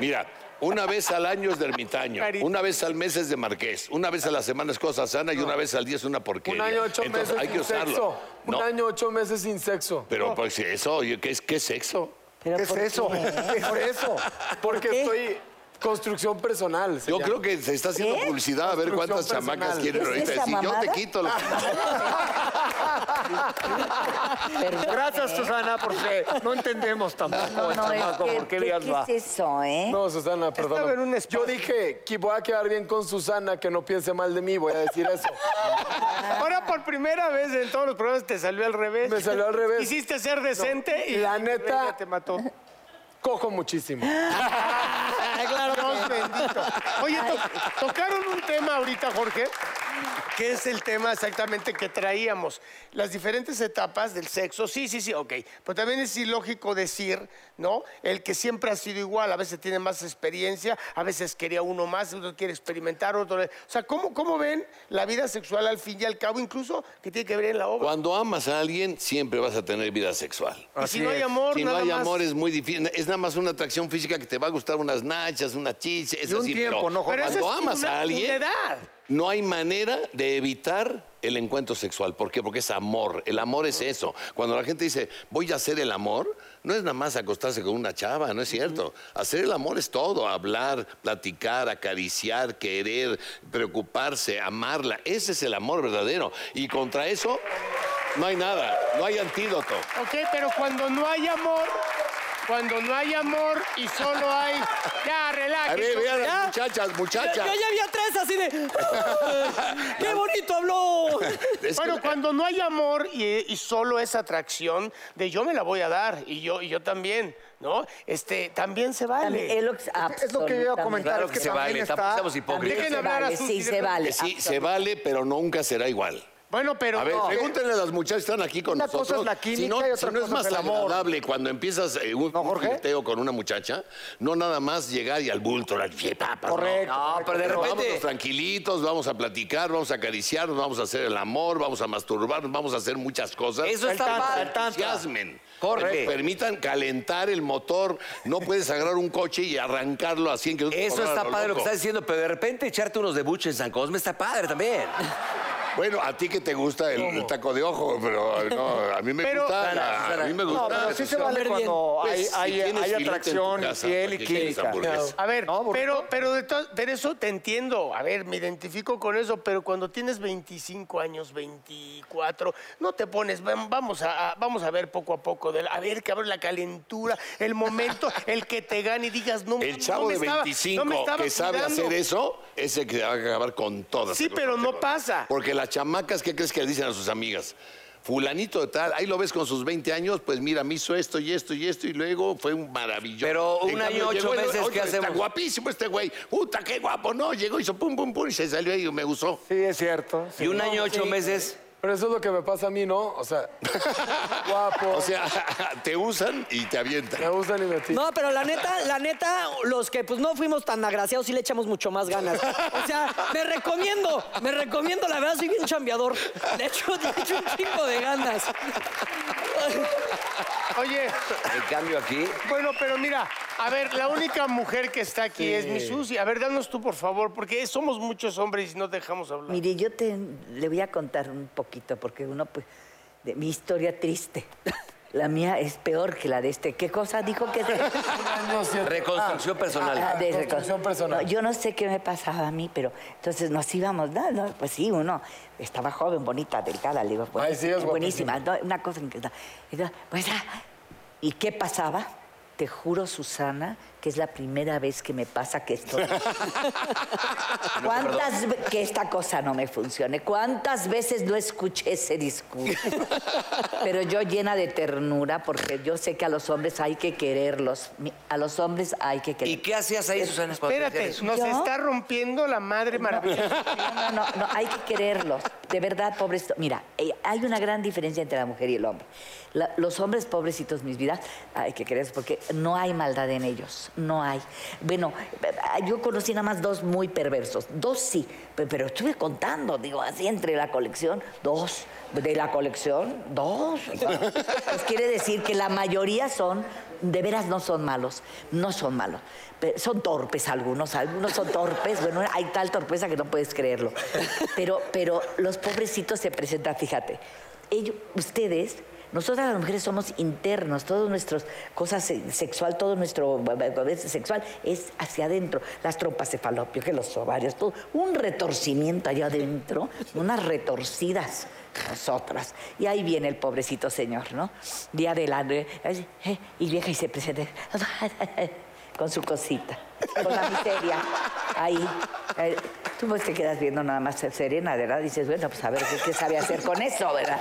S7: Mira, una vez al año es de ermitaño,
S6: Carita.
S7: una vez al mes es de marqués, una vez a la semana es cosa sana y una vez al día es una
S5: Un
S7: porquería.
S5: año, ocho
S7: Entonces
S5: meses
S7: hay que
S5: sin sexo.
S7: usarlo. No,
S5: Un año, ocho meses sin sexo.
S7: pero pues eso, oye, ¿qué es, qué es sexo?
S8: Pero
S3: ¿Qué es
S8: ¿por
S3: eso?
S8: qué?
S3: ¿Qué es eso?
S5: Porque estoy... Construcción personal. se
S7: Yo
S5: llama.
S7: creo que se está haciendo publicidad a ver cuántas
S5: Construcción
S7: chamacas
S5: personal.
S7: quieren
S8: ¿Es esa
S7: ahorita. decir, yo te
S8: mamada?
S7: quito lo
S8: Perdón,
S9: Gracias,
S8: ¿eh?
S9: Susana, porque no entendemos tampoco,
S8: No, no, es
S9: chamaco,
S8: que-
S9: por qué
S8: ¿qué,
S9: días
S8: qué
S9: va.
S8: es eso, eh?
S5: No, Susana, perdón.
S6: Estaba en un espacio.
S5: Yo dije que voy a quedar bien con Susana, que no piense mal de mí, voy a decir eso.
S6: Ahora por primera vez en todos los programas te salió al revés.
S5: Me salió al revés.
S6: Quisiste ser decente y
S5: La neta-
S6: Reina te mató.
S5: Cojo muchísimo.
S6: claro. Dios bendito. Oye, to- tocaron un tema ahorita, Jorge, que es el tema exactamente que traíamos. Las diferentes etapas del sexo. Sí, sí, sí, ok. Pero también es ilógico decir, ¿no? El que siempre ha sido igual. A veces tiene más experiencia, a veces quería uno más, otro quiere experimentar, otro... O sea, ¿cómo, cómo ven la vida sexual al fin y al cabo? Incluso que tiene que ver en la obra.
S7: Cuando amas a alguien, siempre vas a tener vida sexual.
S6: Y si no hay amor,
S7: si no
S6: nada
S7: hay
S6: más.
S7: amor es muy difícil. Es nada más una atracción física que te va a gustar unas nachas, una chicha. Es
S3: Y un
S7: así,
S3: tiempo,
S7: pero
S3: ¿no, Jorge?
S6: Pero esa
S7: Cuando
S6: es
S7: amas
S6: una-
S7: a
S6: una
S7: alguien,
S6: edad.
S7: no hay manera de evitar el encuentro sexual. ¿Por qué? Porque es amor. El amor es eso. Cuando la gente dice, voy a hacer el amor, no es nada más acostarse con una chava, no es cierto. Hacer el amor es todo. Hablar, platicar, acariciar, querer, preocuparse, amarla. Ese es el amor verdadero. Y contra eso no hay nada. No hay antídoto.
S6: Ok, pero cuando no hay amor, Cuando no hay amor y solo hay. Ya,
S7: A
S6: relájate.
S7: ver, vean
S2: ¿Ya?
S7: las muchachas,
S2: Yo,
S7: muchachas.
S2: yo ya había tres así de. "Ah, ¡Qué bonito habló!
S7: Es que-
S6: Bueno, cuando no hay amor y, y solo es atracción de yo me la voy a dar y yo, y yo también, ¿no? Este, también se vale.
S8: También, es lo que-
S3: Es lo que yo iba a
S8: absolutamente.
S3: comentar.
S4: Claro
S3: es
S4: que se
S3: también
S4: vale,
S3: está-
S4: tampoco seamos hipócritas.
S6: Dejen
S8: Se
S6: hablar a
S8: vale,
S6: Susi,
S8: sí,
S6: de-
S8: se vale.
S7: Sí, se vale, pero nunca será igual.
S6: Bueno, pero
S7: A ver,
S6: no.
S7: pregúntenle a las muchachas que están aquí con
S3: Una cosa
S7: nosotros.
S3: es la química
S7: si no,
S3: y otra
S7: si no es
S3: cosa
S7: más
S3: es el amor.
S7: agradable cuando empiezas eh, un
S3: ¿No, Jorge?
S7: flirteo con una muchacha, no nada más llegar y al bulto, la papa.
S3: Correcto.
S4: No, pero de
S7: Vámonos
S4: repente.
S7: tranquilitos, vamos a platicar, vamos a acariciarnos, vamos a hacer el amor, vamos a masturbarnos, vamos a hacer muchas cosas.
S4: Eso está
S7: Pero
S4: mal.
S7: se Entusiasmen.
S4: Corre.
S7: Pero Permitan calentar el motor. No puedes agarrar un coche y arrancarlo a 100 kilómetros por
S4: Eso
S7: hora,
S4: está
S7: lo
S4: padre lo que
S7: loco.
S4: estás diciendo, pero de repente echarte unos de buche en San Cosme está padre también.
S7: Bueno, a ti que te gusta el, el taco de ojo, pero no, a mí me
S6: Pero-
S7: gusta.
S4: Sara,
S7: a
S4: Sara.
S7: mí me gusta.
S3: No, pero sí se
S7: Pues,
S3: vale
S2: Comer bien.
S3: cuando hay,
S7: si
S3: hay,
S7: tienes
S3: hay
S7: filete en tu
S3: atracción
S7: casa,
S3: piel y
S7: ¿para qué quieres
S3: química.
S7: hamburguesa?
S6: A ver,
S3: No, porque-
S6: pero, pero de to- pero eso te entiendo. A ver, me identifico con eso, pero cuando tienes 25 años, 24, no te pones, vam- vamos a, a- vamos a ver poco a poco, del- a ver, cabrón, la calentura, el momento, el que te gane y digas, no,
S7: El
S6: no
S7: chavo
S6: me
S7: de
S6: estaba- no me
S7: 25
S6: estaba
S7: que sabe
S6: cuidando.
S7: hacer eso es el que va a acabar con todas.
S6: Sí, pero no pasa.
S7: Porque las chamacas, ¿qué crees que le dicen a sus amigas? Fulanito de tal, ahí lo ves con sus 20 años, pues mira, me hizo esto y esto y esto y luego fue un maravilloso.
S4: Pero
S7: En
S4: un año,
S7: cambio,
S4: ocho
S7: llegó el-
S4: meses,
S7: oye,
S4: ¿qué
S7: Está
S4: hacemos?
S7: guapísimo este güey. Puta, qué guapo, no, llegó, hizo pum, pum, pum y se salió y me usó.
S3: Sí, es cierto. sí.
S4: Y un año, ocho meses.
S5: Pero eso es lo que me pasa a mí, ¿no? O sea, guapo.
S7: O sea, te usan y te avientan.
S5: me gustan y me tiran.
S2: No, pero la neta, la neta, los que pues no fuimos tan agraciados sí le echamos mucho más ganas. O sea, me recomiendo, me recomiendo, la verdad soy bien chambeador. De hecho, le echo un chingo de ganas.
S6: Oye,
S4: En cambio aquí,
S6: bueno, pero mira, a ver, la única mujer que está aquí es mi Susi. A ver, danos tú, por favor, porque somos muchos hombres y no dejamos hablar.
S8: Mire, yo te, le voy a contar un poquito, porque uno, pues, de mi historia triste. La mía es peor que la de este. ¿Qué cosa dijo que es? este?
S5: No, sí,
S4: reconstrucción personal.
S8: Ah, de recon-
S5: Construcción personal.
S8: No, yo no sé qué me pasaba a mí, pero entonces nos íbamos, ¿no? No, pues sí, uno estaba joven, bonita, delgada, le digo,
S5: Ay, sí, es
S8: buenísima, ¿no? una cosa increíble. Entonces, pues, ah, ¿y qué pasaba? Te juro, Susana, que es la primera vez que me pasa que estoy... ¿Cuántas ve- que esta cosa no me funcione? ¿Cuántas veces no escuché ese discurso? Pero yo llena de ternura porque yo sé que a los hombres hay que quererlos. Mi- A los hombres hay que
S4: ¿Y
S8: quererlos.
S4: qué hacías ahí, Susana? cuando te hacían
S6: Espérate,
S4: eso?
S6: nos
S8: ¿Yo?
S6: está rompiendo la madre maravillosa.
S8: No, no, no, hay que quererlos. De verdad, pobres. Mira, eh, hay una gran diferencia entre la mujer y el hombre. La- los hombres pobrecitos, mis vidas, hay que quererlos porque no hay maldad en ellos. No hay. Bueno, eh, yo conocí nada más dos muy perversos. Dos sí, pe- pero estuve contando, digo, así entre la colección, dos. De la colección, dos. o sea, pues quiere decir que la mayoría son, de veras no son malos, no son malos. Pe- son torpes algunos, algunos son torpes, bueno, hay tal torpeza que no puedes creerlo. Pero, pero los pobrecitos se presentan, fíjate, ellos, ustedes, nosotras las mujeres somos internos, todas nuestras cosas se- sexual, todo nuestro eh, sexual es hacia adentro, las trompas cefalopio, que los ovarios, todo, un retorcimiento allá adentro, unas retorcidas nosotras. Y ahí viene el pobrecito señor, ¿no? Día adelante, eh, eh, y vieja y se presenta. con su cosita, con la miseria. Ahí. eh, Tú pues te quedas viendo nada más serena, ¿verdad? Dices, bueno, pues a ver qué, qué sabe hacer con eso, ¿verdad?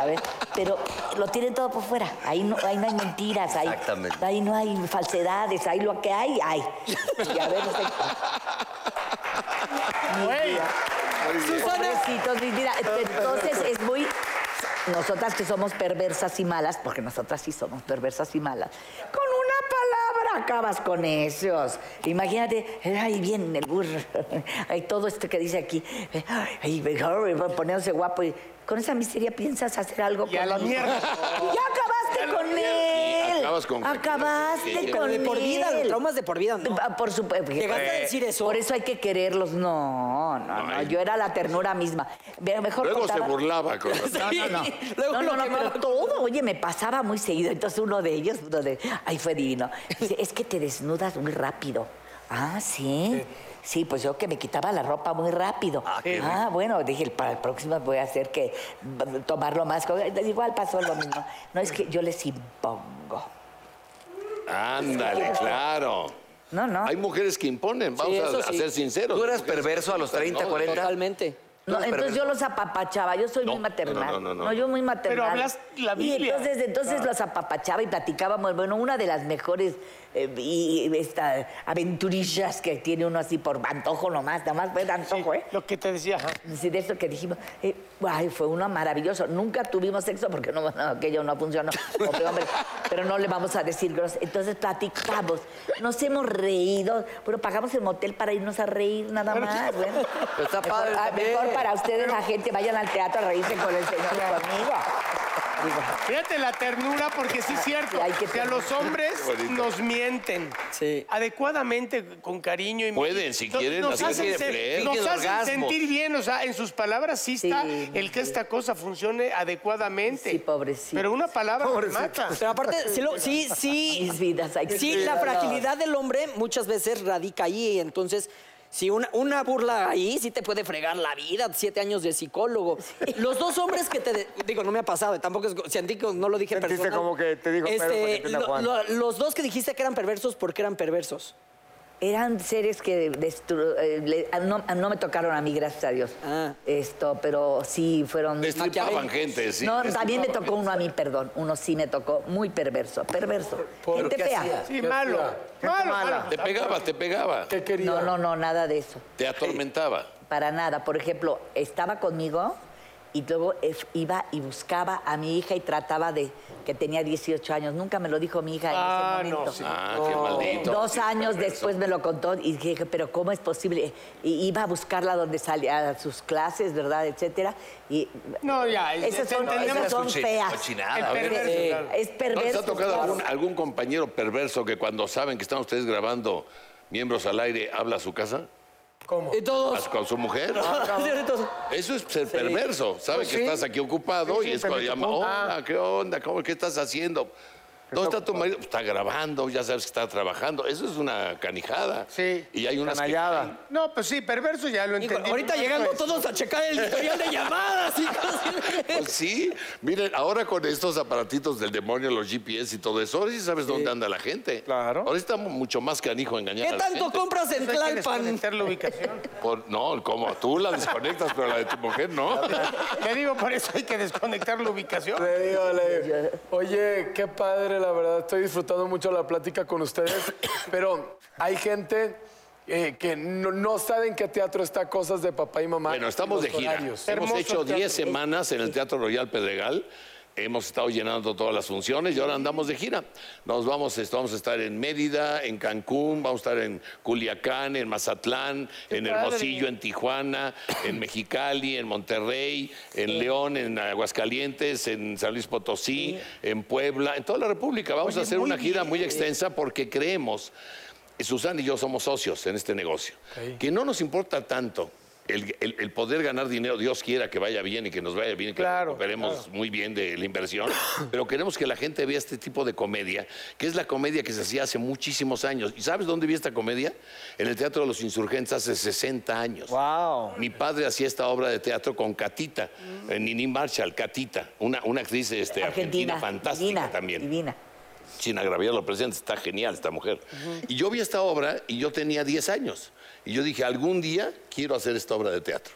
S8: A ver, pero lo tienen todo por fuera. Ahí no, ahí no hay mentiras, ahí,
S4: Exactamente.
S8: ahí no hay falsedades, ahí lo que hay, hay. Y a ver, no sé. Mi vida. Pobrecitos, mi vida. Entonces es muy. Nosotras que somos perversas y malas, porque nosotras sí somos perversas y malas, con una palabra acabas con esos. Imagínate, eh, ahí viene el burro, hay todo esto que dice aquí, eh, ay, ay, poniéndose guapo y con esa miseria piensas hacer algo
S6: Y a
S8: con
S6: la
S8: él.
S6: mierda.
S8: Y ya acabaste con él.
S7: acabas con-
S8: Acabaste
S2: Pero
S8: con
S2: de por vida,
S8: él.
S2: los traumas de por vida, ¿no?
S8: Ah, Por supuesto.
S2: Llegaste a decir eso.
S8: Por eso hay que quererlos. No, no, no. Yo era la ternura misma. Ve- Mejor
S7: Luego se
S8: contaba-
S7: burlaba con
S2: Sí.
S8: no, no, no.
S2: Luego
S8: no,
S2: lo
S8: no, no,
S2: quemaba
S8: pero todo, oye, me pasaba muy seguido. Entonces uno de ellos, uno de, ay, fue divino. Dice, es que te desnudas muy rápido. Ah, sí. Sí, pues yo que me quitaba la ropa muy rápido. Ah, bueno, dije, "El- para el próximo voy a hacer que b- tomarlo más. con-". Igual pasó lo mismo. No, es que yo les impongo.
S7: Ándale, claro.
S8: No, no.
S7: Hay mujeres que imponen, vamos a,
S10: eso
S7: a
S10: sí.
S7: ser sinceros. pues,
S4: ¿Tú eras perverso a los 30, 40?
S10: Totalmente.
S8: No, entonces yo los apapachaba, yo soy
S7: No,
S8: muy maternal.
S7: no, no, no, no.
S8: yo muy maternal.
S6: Pero hablas la
S8: Y
S6: Biblia. Ah.
S8: entonces, entonces los apapachaba y platicábamos. Bueno, una de las mejores eh, y, y esta, aventurillas que tiene uno así por antojo nomás, nada más fue de antojo, ¿eh?
S6: Lo que te decía. ajá.
S8: Sí, de eso que dijimos, eh, ay, fue uno maravilloso. Nunca tuvimos sexo porque no, no, aquello no funcionó. Hombre, hombre, pero no le vamos a decir gros. Entonces platicamos, nos hemos reído, pero pagamos el motel para irnos a reír nada más. Bueno,
S10: Pero está
S8: mejor,
S10: padre
S8: ah,
S10: también.
S8: mejor para ustedes la gente, vayan al teatro a reírse con el señor y conmigo. Digo,
S6: Fíjate la ternura, porque sí es cierto.
S8: Sí, hay que
S6: o sea,
S8: tener-
S6: los hombres
S7: Qué bonito.
S6: nos mienten.
S10: Sí.
S6: Adecuadamente, con cariño. Y
S7: Pueden, si quieren,
S6: nos
S7: hacer
S6: hacen,
S7: de
S6: ser-
S7: placer.
S6: nos
S4: Fingen
S6: hacen
S4: orgasmos.
S6: sentir bien. O sea, en sus palabras sí está
S8: Sí.
S6: el que esta cosa funcione adecuadamente.
S8: Sí, pobrecito.
S6: Pero una palabra te mata.
S10: Pero aparte, sí, lo- sí, sí,
S8: Mis vidas, hay que
S10: sí, la
S8: cuidarlas.
S10: fragilidad del hombre muchas veces radica ahí. Entonces, si una, una burla ahí, sí te puede fregar la vida, siete años de psicólogo. Los dos hombres que te... de- digo, no me ha pasado, tampoco es... Sentí que no lo dije
S3: Sentiste
S10: personal. Este,
S3: como que te dijo, "Pero, ¿por qué te la
S10: lo-
S3: Juan?"
S10: lo- Los dos que dijiste que eran perversos, porque eran perversos?
S8: Eran seres que destru- eh, le- ah, no, ah, no me tocaron a mí, gracias a Dios.
S10: Ah.
S8: Esto, pero sí fueron.
S7: Destripaban gente, sí.
S8: no,
S7: destripaban
S8: también me
S7: gente.
S8: tocó uno a mí, perdón. Uno sí me tocó, muy perverso, perverso. Gente
S5: qué
S8: fea.
S6: Sí, malo. Malo, malo.
S7: Te pegaba, te pegaba,
S5: ¿Qué quería?
S8: No, no, no, nada de eso.
S7: te atormentaba.
S8: Para nada. Por ejemplo, estaba conmigo y luego eh, iba y buscaba a mi hija y trataba de que tenía 18 años. Nunca me lo dijo mi hija en
S6: Ah,
S8: ese
S6: no,
S8: momento.
S6: sí.
S7: Ah, qué maldito.
S8: Dos
S7: Sí,
S8: años
S7: perverso.
S8: después me lo contó y dije, pero ¿cómo es posible? Y iba a buscarla donde salía a sus clases, ¿verdad? Etcétera. Y
S6: No, ya.
S8: esas son,
S6: entendemos.
S8: esas son
S4: cochi-
S8: feas.
S4: cochinada,
S6: El perverso,
S8: Eh,
S6: claro.
S8: Es
S7: ¿No les
S8: perverso.
S7: ha tocado
S8: claro.
S7: algún, algún compañero perverso que cuando saben que están ustedes grabando miembros al aire habla a su casa? Ah,
S5: ¿Cómo?
S10: Y todos...
S7: ¿Con su mujer?
S3: Ah,
S7: Eso es ser perverso. Sabe que estás aquí ocupado y es cuando llama, hola, ¿qué onda? ¿Cómo, ¿Qué estás haciendo? ¿Dónde está tu marido? Está grabando, ya sabes que está trabajando. Eso es una canijada.
S6: Sí.
S7: Y hay unas que caen.
S6: No, pues sí, perverso ya lo
S10: Hijo,
S6: entendí. Pues,
S10: ahorita llegando todos a checar el historial de llamadas y
S7: Pues
S10: cosas.
S7: sí, miren, ahora con estos aparatitos del demonio, los GPS y todo eso, ahora sí sabes dónde anda la gente.
S3: Claro.
S7: Ahora está mu- mucho más canijo engañar
S10: ¿Qué
S7: a la
S10: tanto
S7: gente.
S10: compras en
S6: Tienes que
S10: Tlalpan?
S6: meter la ubicación.
S7: Por- no, como tú la desconectas, pero la de tu mujer no.
S6: Te digo, por eso hay que desconectar la ubicación.
S5: Le digo, le digo, Oye, qué padre, la verdad. Estoy disfrutando mucho la plática con ustedes, pero hay gente eh, que no, no sabe en qué teatro está Cosas de Papá y Mamá.
S7: Bueno, estamos
S5: Los
S7: de gira.
S5: horarios.
S7: Hemos
S6: Hermoso
S7: hecho
S6: teatro.
S7: 10 semanas en el Teatro Royal Pedregal. Hemos estado llenando todas las funciones y ahora andamos de gira. Nos vamos, est- vamos a estar en Mérida, en Cancún, vamos a estar en Culiacán, en Mazatlán, en Hermosillo, en Tijuana, en Mexicali, en Monterrey, en León, en Aguascalientes, en San Luis Potosí, en Puebla, en toda la República. Vamos a hacer una gira muy extensa porque creemos Susana y yo somos socios en este negocio, que no nos importa tanto el, el- el poder ganar dinero, Dios quiera que vaya bien y que nos vaya bien y que
S6: Claro,
S7: nos recuperemos muy bien de la inversión, pero queremos que la gente vea este tipo de comedia, que es la comedia que se hacía hace muchísimos años. ¿Y sabes dónde vi esta comedia? En el Teatro de los Insurgentes hace 60 años.
S3: Wow.
S7: Mi padre hacía esta obra de teatro con Catita, eh, Nini Marshall, Catita, una, una actriz este, argentina,
S8: Argentina,
S7: fantástica
S8: divina,
S7: también
S8: Divina.
S7: sin agraviar lo presente, está genial esta mujer. Y yo vi esta obra y yo tenía 10 años. Y yo dije, algún día quiero hacer esta obra de teatro.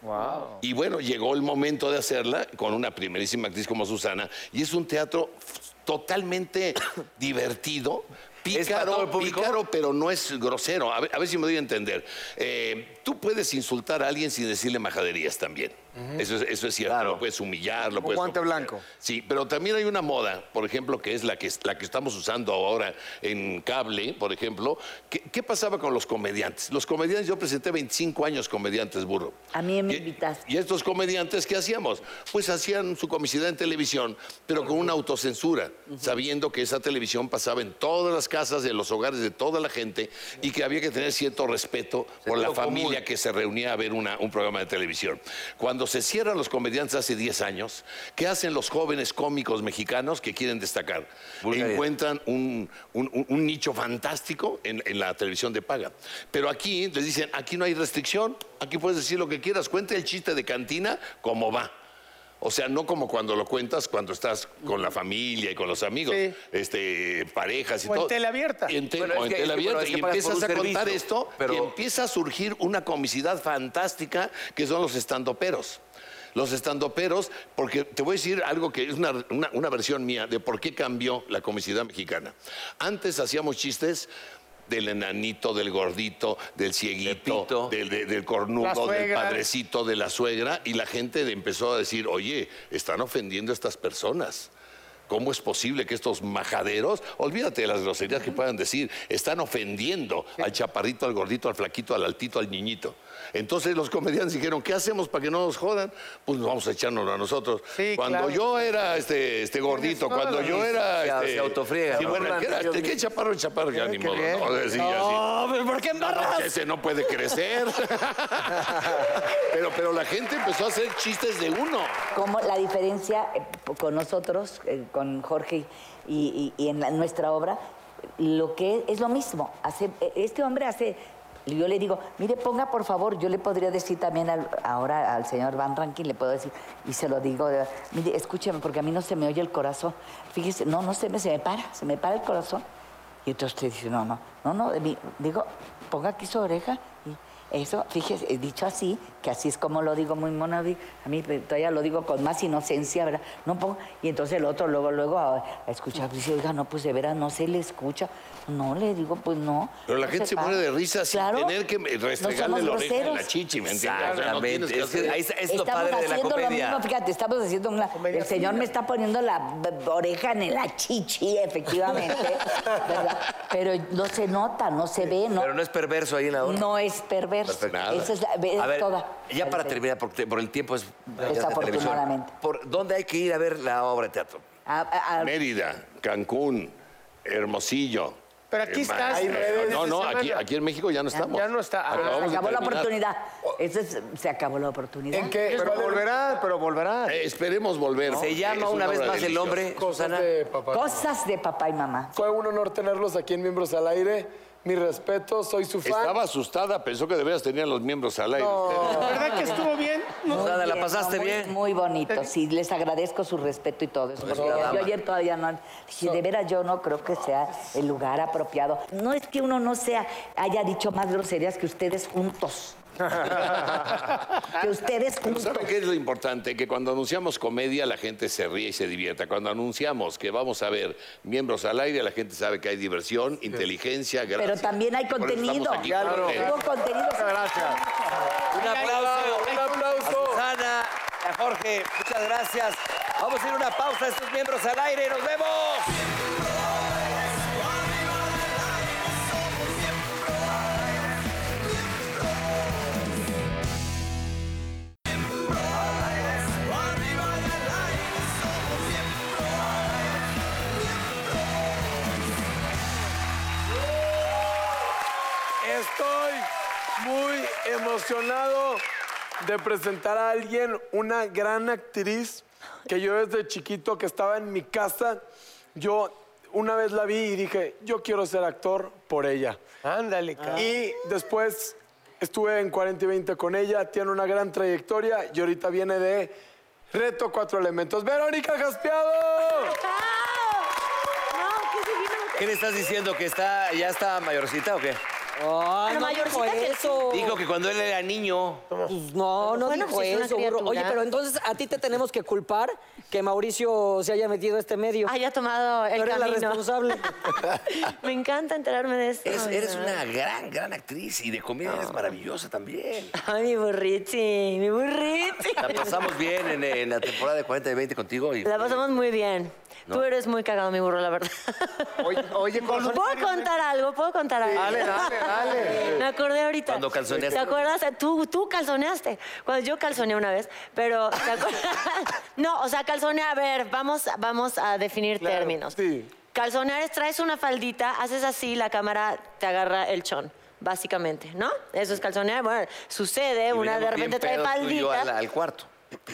S7: Y bueno, llegó el momento de hacerla con una primerísima actriz como Susana. Y es un teatro f- totalmente divertido.
S4: ¿Es para todo el
S7: Pícaro,
S4: público?
S7: pícaro, pero no es grosero. A ver, a ver si me doy a entender. Eh, tú puedes insultar a alguien sin decirle majaderías también. eso, es, eso es cierto. Lo puedes humillar, lo puedes...
S3: guante blanco.
S7: Sí, pero también hay una moda, por ejemplo, que es la que, la que estamos usando ahora en cable, por ejemplo. ¿Qué, qué pasaba con los comediantes? Los comediantes, yo presenté 25 años comediantes, burro.
S8: A mí me
S7: Y-
S8: invitaste.
S7: Y, estos comediantes, ¿qué hacíamos? Pues hacían su comicidad en televisión, pero con una autocensura, sabiendo que esa televisión pasaba en todas las casas, en los hogares de toda la gente y que había que tener cierto respeto por la familia que se reunía a ver una- un programa de televisión. Cuando se cierran los comediantes hace 10 años, ¿qué hacen los jóvenes cómicos mexicanos que quieren destacar?
S4: Vulgaridad.
S7: Encuentran un, un- un- un nicho fantástico en, en la televisión de paga. Pero aquí les dicen, aquí no hay restricción, aquí puedes decir lo que quieras, cuente el chiste de cantina como va. O sea, no como cuando lo cuentas cuando estás con la familia y con los amigos, este, parejas y
S6: O en
S7: todo.
S6: tela abierta.
S7: Y en te-
S6: Bueno, es
S7: o en
S6: que-
S7: tela
S6: es que, bueno,
S7: abierta.
S6: es que
S7: y
S6: pagas por
S7: empiezas a
S6: un
S7: contar
S6: servicio,
S7: esto
S6: pero-
S7: y empieza a surgir una comicidad fantástica que son los estandoperos. Los estandoperos, porque te voy a decir algo que es una, una- una versión mía de por qué cambió la comicidad mexicana. Antes hacíamos chistes del enanito, del gordito, del cieguito, del, de- del
S6: La
S7: cornudo, del
S6: suegra.
S7: padrecito, de la suegra, y la gente le empezó a decir, oye, están ofendiendo a estas personas. ¿Cómo es posible que estos majaderos, olvídate de las groserías que puedan decir, están ofendiendo al chaparrito, al gordito, al flaquito, al altito, al niñito? Entonces los comediantes dijeron, ¿qué hacemos para que no nos jodan? Pues vamos a echarnos a nosotros. cuando
S4: claro.
S7: yo era este, este gordito,
S4: toda
S7: cuando
S4: la
S7: yo
S4: razón.
S7: era...
S4: Se-
S7: este,
S4: se autofriega,
S7: sí,
S4: ¿no?
S7: bueno, ¿qué era?
S4: Yo-
S7: Este, ¿Qué chaparro, chaparro? Ya ni modo.
S4: bien.
S7: No, decía
S4: No,
S7: así.
S10: ¿por qué
S7: embarras? ese no puede crecer. pero, pero la gente empezó a hacer chistes de uno.
S8: Como la diferencia eh, con nosotros, eh, con Jorge y, y- y en la- nuestra obra, lo que es, es lo mismo. Hace, eh, este hombre hace, yo le digo, mire, ponga por favor, yo le podría decir también al- ahora al señor Van Rankin, le puedo decir, y se lo digo, eh, mire, escúcheme, porque a mí no se me oye el corazón. Fíjese, no, no se me, se me para, se me para el corazón. Y entonces usted dice, no, no, no, no, de mí- digo, ponga aquí su oreja y eso, fíjese, he dicho así, que así es como lo digo muy mono, di- a mí pues, todavía lo digo con más inocencia, ¿verdad? No pongo, y entonces el otro luego, luego a, a escuchar, dice, oiga, no, pues de veras no se le escucha. No, le digo, pues no.
S7: Pero la
S8: no
S7: gente se
S8: para.
S7: muere de risa sin
S8: Claro,
S7: tener que me- restregarle
S8: somos
S7: la oreja en la
S8: groseros.
S7: chichi, ¿me entiendes? O sea, no
S4: Exactamente.
S7: tienes que
S4: Es que
S7: hacer-
S4: ahí está- es lo
S8: Estamos
S4: padre de la
S8: haciendo lo
S4: comedia.
S8: mismo, fíjate, estamos haciendo una... El señor me está poniendo la b- oreja en la chichi, efectivamente, ¿verdad? Pero no se nota, no se ve, no,
S4: Pero no es perverso ahí en la hora.
S8: no es perverso.
S4: Perfecto.
S8: Esa es, la- es
S4: A ver,
S8: toda.
S4: Ya para
S8: Perfecto.
S4: terminar, porque te- por el tiempo es. ya es de televisión.
S8: Desafortunadamente.
S4: ¿Por dónde hay que ir a ver la obra de teatro?
S8: A- a- a-
S7: Mérida, Cancún, Hermosillo.
S6: Pero aquí
S7: Eh,
S6: estás,
S7: Ay,
S6: ¿no? Fines
S7: No,
S6: de
S7: no,
S6: semana.
S7: aquí, aquí en México ya no
S8: Ya-
S7: estamos.
S6: ya no está. Ah, se
S7: Acabamos
S8: se
S7: de
S8: acabó la
S7: terminar.
S8: oportunidad. Esa es- se acabó la oportunidad.
S5: ¿En qué?
S3: Pero volverá, pero volverá.
S7: Eh, esperemos volver.
S4: Se llama
S7: Es
S4: una vez
S7: obra
S4: más el
S7: deliciosa.
S4: hombre,
S5: Cosas
S4: Susana.
S5: de papá.
S8: Cosas de papá y mamá.
S5: Fue un honor tenerlos aquí en Miembros al Aire. Mi respeto, soy su fan.
S7: Estaba asustada, pensó que de veras tenían los miembros al aire.
S6: ¿Verdad que estuvo bien? No.
S4: Susana, ¿la pasaste
S8: muy,
S4: bien? Pues
S8: Muy bonito, sí, les agradezco su respeto y todo eso. Porque yo, yo ayer todavía no. Dije, de veras, yo no creo que sea el lugar apropiado. No es que uno no sea, haya dicho más groserías que ustedes juntos. que ustedes
S7: Pero
S8: juntos.
S7: ¿saben pues, qué es lo importante? Que cuando anunciamos comedia, la gente se ríe y se divierta. Cuando anunciamos que vamos a ver miembros al aire, la gente sabe que hay diversión, inteligencia, gracias.
S8: Pero también hay
S7: Por eso estamos
S8: contenido.
S7: aquí con ustedes.
S8: Hubo contenido.
S3: Gracias.
S4: Un aplauso.
S5: Un aplauso.
S4: A Susana, a Jorge, muchas gracias. Vamos a ir a una pausa de sus miembros al aire. ¡Nos vemos!
S5: Estoy muy emocionado de presentar a alguien, una gran actriz que yo desde chiquito que estaba en mi casa, yo una vez la vi y dije, yo quiero ser actor por ella.
S6: Ándale, cara.
S5: Y después estuve en 40 y 20 con ella, tiene una gran trayectoria y ahorita viene de Reto Cuatro Elementos. ¡Verónica Gaspiado!
S4: ¿Qué le estás diciendo? ¿Que está, ya está mayorcita o qué?
S10: Ay,
S11: Pero
S10: no dijo
S11: mayorcita que
S10: eso.
S4: Dijo que cuando él era niño.
S10: Pues no, no
S11: Bueno,
S10: dijo
S11: pues es una
S10: eso, burro. Oye,
S11: criatura.
S10: pero entonces a ti te tenemos que culpar que Mauricio se haya metido a este medio.
S11: haya tomado el
S10: Tú eres la
S11: camino.
S10: responsable.
S11: Me encanta enterarme de esto.
S4: Es- eres
S11: ¿no?
S4: una gran, gran actriz y de comedia eres maravillosa también.
S11: Ay, mi burriti, mi burriti.
S4: La pasamos bien en, en la temporada de 40 y 20 contigo. Y,
S11: La pasamos muy bien.
S4: No.
S11: Tú eres muy cagado, mi burro, la verdad.
S3: Oye, oye, corazón,
S11: ¿Puedo contar algo? ¿Puedo contar algo?
S3: Dale, dale, dale.
S11: Me acordé ahorita.
S4: Cuando calzoneaste.
S11: ¿Te acuerdas? Tú, tú calzoneaste. Cuando yo calzoneé una vez, pero... ¿te acuerdas? no, o sea, calzonear, a ver, vamos, vamos a definir
S5: Claro,
S11: términos.
S5: sí.
S11: Calzonear es traes una faldita, haces así, la cámara te agarra el chón. Básicamente, ¿no? Eso es calzonear. Bueno, sucede,
S4: y
S11: una de
S4: veníamos bien
S11: repente trae
S4: pedos tú y yo
S11: faldita.
S4: al, al cuarto.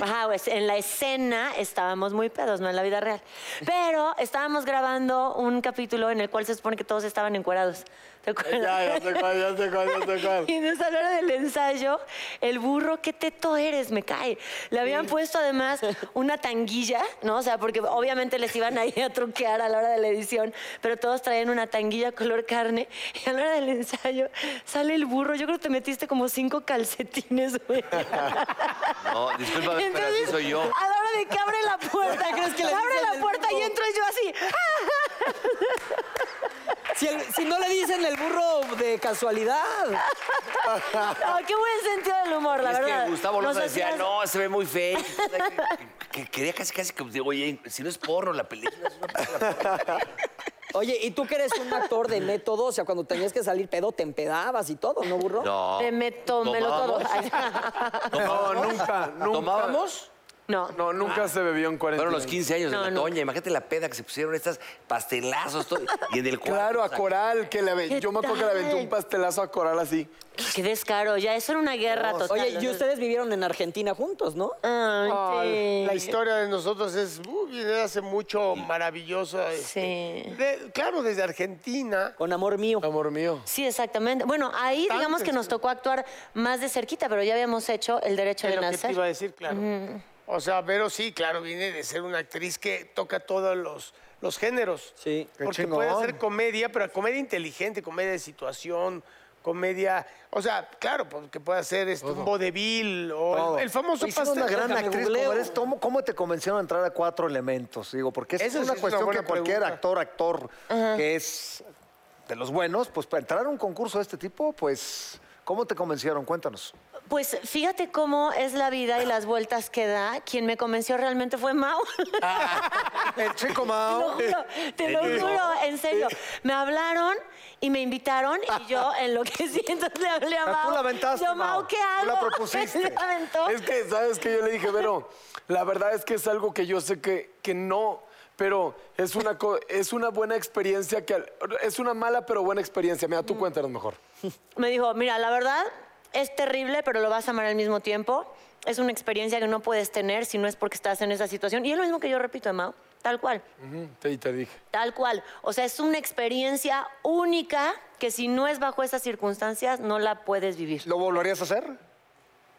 S11: Ajá, pues en la escena estábamos muy pedos, no en la vida real. Pero estábamos grabando un capítulo en el cual se supone que todos estaban encuerados. ¿Te acuerdas?
S5: Ya, ya sé cuál, ya sé cuál, ya sé cuál.
S11: Y entonces a la hora del ensayo, el burro, qué teto eres, me cae. Le habían puesto además una tanguilla, ¿no? O sea, porque obviamente les iban ahí a truquear a la hora de la edición, pero todos traían una tanguilla color carne. Y a la hora del ensayo sale el burro. Yo creo que te metiste como cinco calcetines, güey.
S4: No, discúlpame, pero así
S11: Entonces, ah,
S4: soy yo.
S11: A la hora de que abre la puerta,
S10: ¿Crees que le
S11: abre
S10: dicen
S11: la
S10: el
S11: puerta y
S10: burro?
S11: entro yo así.
S10: Si, el- si no le dicen el burro de casualidad.
S11: No, qué buen sentido del humor, la
S4: es
S11: verdad.
S4: que Gustavo
S11: Nos
S4: Loza decía,
S11: hacías-
S4: no, se ve muy feo. que quería casi, casi que, digo, oye, si no es porno la película, es una
S10: Oye, ¿y tú que eres un actor de método? O sea, cuando tenías que salir pedo, te empedabas y todo, ¿no, burro?
S4: No.
S11: Te meto, me lo todo.
S4: Tomamos.
S11: Ay,
S5: No, nunca, nunca.
S4: ¿Tomábamos?
S11: No.
S5: No, nunca se bebió en 40.
S4: Fueron los 15 años
S11: No,
S4: de la
S11: no.
S4: Toña. Imagínate la peda que se pusieron estas pastelazos todo, y en el cuarto.
S5: Claro, a
S4: o sea,
S5: Coral, que le
S11: ¿Qué
S5: aven- yo me acuerdo que le aventó
S11: tal?
S5: un pastelazo a Coral así.
S11: Qué descaro, ya, eso era una guerra total. Ah.
S10: Oye, y ustedes vivieron en Argentina juntos, ¿no?
S11: Ay, sí.
S6: La historia de nosotros es uh, viene de hace mucho maravilloso. este,
S11: Sí.
S6: de- claro, desde Argentina.
S10: Con amor mío.
S5: Amor mío.
S11: Sí, exactamente. Bueno, ahí digamos que nos tocó actuar más de cerquita, pero ya habíamos hecho el derecho de
S6: Pero que
S11: nacer.
S6: te iba a decir, claro. O sea, Vero sí, claro, viene de ser una actriz que toca todos los, los géneros.
S10: Sí. Qué
S6: Porque
S3: chingón.
S6: puede hacer comedia, pero comedia inteligente, comedia de situación, comedia. O sea, claro, porque puede hacer este, un vodevil o el-
S3: Todo.
S6: el, famoso
S3: Oye, si eres una
S6: pastel.
S3: gran
S10: déjame
S3: actriz
S10: googleo.
S3: como eres, ¿cómo, cómo te convencieron a entrar a cuatro elementos? Digo, porque esa
S6: Eso
S3: es
S6: sí
S3: una
S6: es una
S3: cuestión
S6: buena
S3: que cualquier
S6: pregunta.
S3: actor, actor que es de los buenos, pues para entrar a un concurso de este tipo, pues, ¿cómo te convencieron? Cuéntanos.
S11: Pues fíjate cómo es la vida y las vueltas que da. Quien me convenció realmente fue Mau.
S3: El chico
S11: Te lo
S3: Mao.
S11: juro, te lo juro, en serio. Me hablaron y me invitaron y yo en lo que siento le hablé a
S3: Ah, Tú
S11: Mau.
S3: la aventaste,
S11: Yo,
S3: Mau.
S11: Mau, ¿qué hago?
S3: Tú la propusiste.
S11: Le aventó.
S5: Es que, ¿sabes qué? Yo le dije, Vero, la verdad es que es algo que yo sé que, que no, pero es una, co- es una buena experiencia que... al- Es una mala pero buena experiencia. Mira,
S11: Mm.
S5: tú cuéntanos mejor.
S11: me dijo, mira, la verdad es terrible, pero lo vas a amar al mismo tiempo. Es una experiencia que no puedes tener si no es porque estás en esa situación. Y es lo mismo que yo repito, Mau, tal cual.
S5: Ujú, te- Y te dije.
S11: Tal cual. O sea, es una experiencia única que si no es bajo esas circunstancias, no la puedes vivir.
S3: ¿Lo volverías a hacer?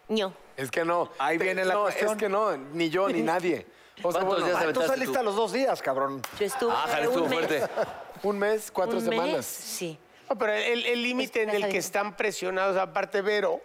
S11: No.
S5: Es que no.
S3: Ahí viene la
S5: no,
S3: cuestión.
S5: es que no, ni yo, ni nadie. O sea,
S4: ¿Cuántos
S5: bueno,
S4: días
S3: Ah, tú
S4: aventaste
S3: saliste
S4: tú?
S3: a los dos días, cabrón.
S11: Yo estuve
S4: Ah, jale,
S11: un
S4: estuvo
S11: mes.
S4: fuerte.
S5: Un mes, cuatro
S11: un
S5: semanas.
S11: Mes, sí.
S6: No, pero el el límite en el que
S11: pesadísimo.
S6: están presionados, aparte Vero,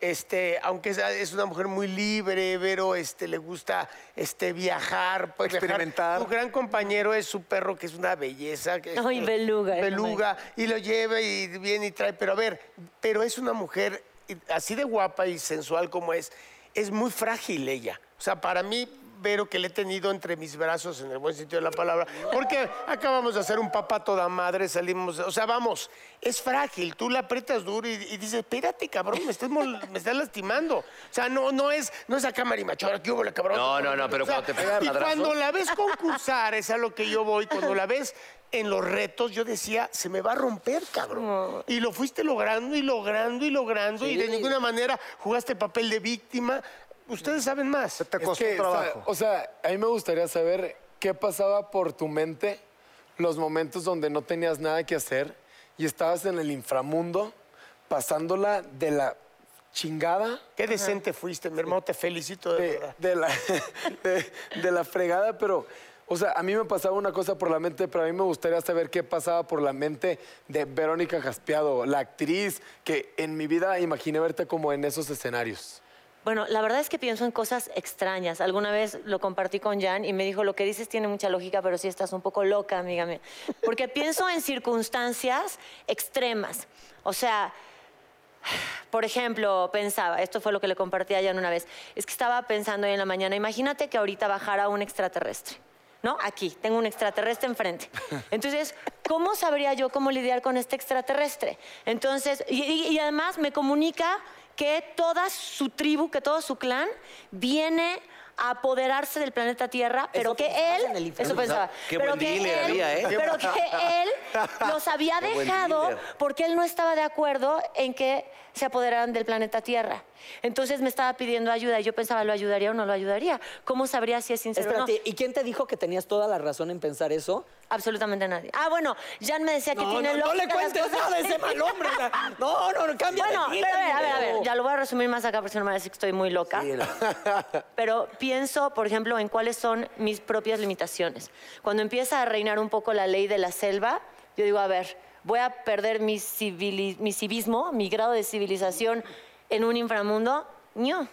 S6: este, aunque es, es una mujer muy libre, Vero este, le gusta este, viajar, puede viajar.
S3: Experimentar.
S6: Su gran compañero es su perro, que es una belleza. que es-
S11: Ay, beluga, eh,
S6: Beluga, y lo lleva y viene y trae. Pero a ver, pero es una mujer y- así de guapa y sensual como es, es muy frágil ella. O sea, para mí... Vero, que le he tenido entre mis brazos, en el buen sentido de la palabra, porque acabamos de hacer un papá toda madre, salimos, o sea, vamos, es frágil, tú la aprietas duro y, y dices, espérate, cabrón, me estás, mol- me estás lastimando. O sea, no, no es, no es acá marimachora, ¿qué hubo, le, cabrón?
S4: No, no, no, pero
S6: O sea,
S4: cuando te pega el
S6: Y
S4: madrazo.
S6: cuando la ves concursar, es a lo que yo voy, cuando la ves en los retos, yo decía, se me va a romper, cabrón. Y lo fuiste logrando y logrando y logrando, y de ninguna manera jugaste papel de víctima. Ustedes saben más.
S3: Te
S5: Es
S3: costó
S5: que,
S3: trabajo.
S5: sa- O sea, a mí me gustaría saber qué pasaba por tu mente los momentos donde no tenías nada que hacer y estabas en el inframundo pasándola de la chingada,
S6: Qué decente fuiste, mi hermano, te felicito de
S5: de,
S6: verdad.
S5: de la, de- de la fregada, pero... O sea, a mí me pasaba una cosa por la mente, pero a mí me gustaría saber qué pasaba por la mente de Verónica Jaspiado, la actriz que en mi vida imaginé verte como en esos escenarios.
S11: Bueno, la verdad es que pienso en cosas extrañas. Alguna vez lo compartí con Jan y me dijo, lo que dices tiene mucha lógica, pero sí estás un poco loca, amiga mía. Porque pienso en circunstancias extremas. O sea, por ejemplo, pensaba, esto fue lo que le compartí a Jan una vez, es que estaba pensando hoy en la mañana, imagínate que ahorita bajara un extraterrestre. ¿No? Aquí, tengo un extraterrestre enfrente. Entonces, ¿cómo sabría yo cómo lidiar con este extraterrestre? Entonces, y, y- y además me comunica que toda su tribu, que todo su clan viene a apoderarse del planeta Tierra, pero que
S2: en el
S11: él,
S2: infierno.
S11: eso pensaba,
S2: Qué
S11: pero
S2: buen
S11: que
S2: dealer
S11: él-
S2: había, ¿eh?
S11: pero que él los había
S2: Qué buen
S11: dejado
S2: dealer.
S11: porque él no estaba de acuerdo en que se apoderaran del planeta Tierra. Entonces me estaba pidiendo ayuda y yo pensaba, ¿lo ayudaría o no lo ayudaría? ¿Cómo sabría si es sincero o no?
S2: Espérate, ¿y quién te dijo que tenías toda la razón en pensar eso?
S11: Absolutamente nadie. Ah, bueno, Jan me decía que
S2: No,
S11: tiene
S2: no, no
S11: lógica
S2: le
S11: las
S2: cuentes
S11: cosas.
S2: nada a ese mal hombre, o sea, no, no, no, cambia de
S11: Bueno,
S2: vida,
S11: pero a ver, a ver, a ver,
S2: niño.
S11: ya lo voy a resumir más acá porque si no me va a decir que estoy muy loca. pero pienso, por ejemplo, en cuáles son mis propias limitaciones. Cuando empieza a reinar un poco la ley de la selva, yo digo, a ver, voy a perder mi, civili- mi civismo, mi grado de civilización en un inframundo. No.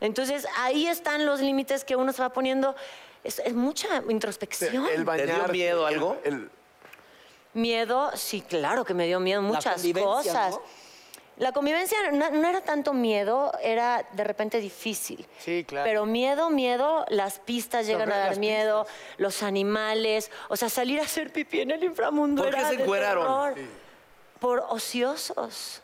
S11: Entonces, ahí están los límites que uno se va poniendo. Es, es mucha introspección.
S5: miedo algo?
S11: Miedo, sí, claro que me dio miedo muchas
S2: convivencia,
S11: cosas.
S2: ¿no?
S11: La convivencia no, no era tanto miedo, era de repente difícil.
S6: Sí, claro.
S11: Pero miedo, miedo, las pistas llegan
S6: Correr
S11: a dar
S6: las
S11: miedo, los animales, o sea, salir a hacer pipí en el inframundo.
S6: ¿Por qué
S11: era
S6: se
S11: de
S6: encueraron?
S11: terror. Por ociosos.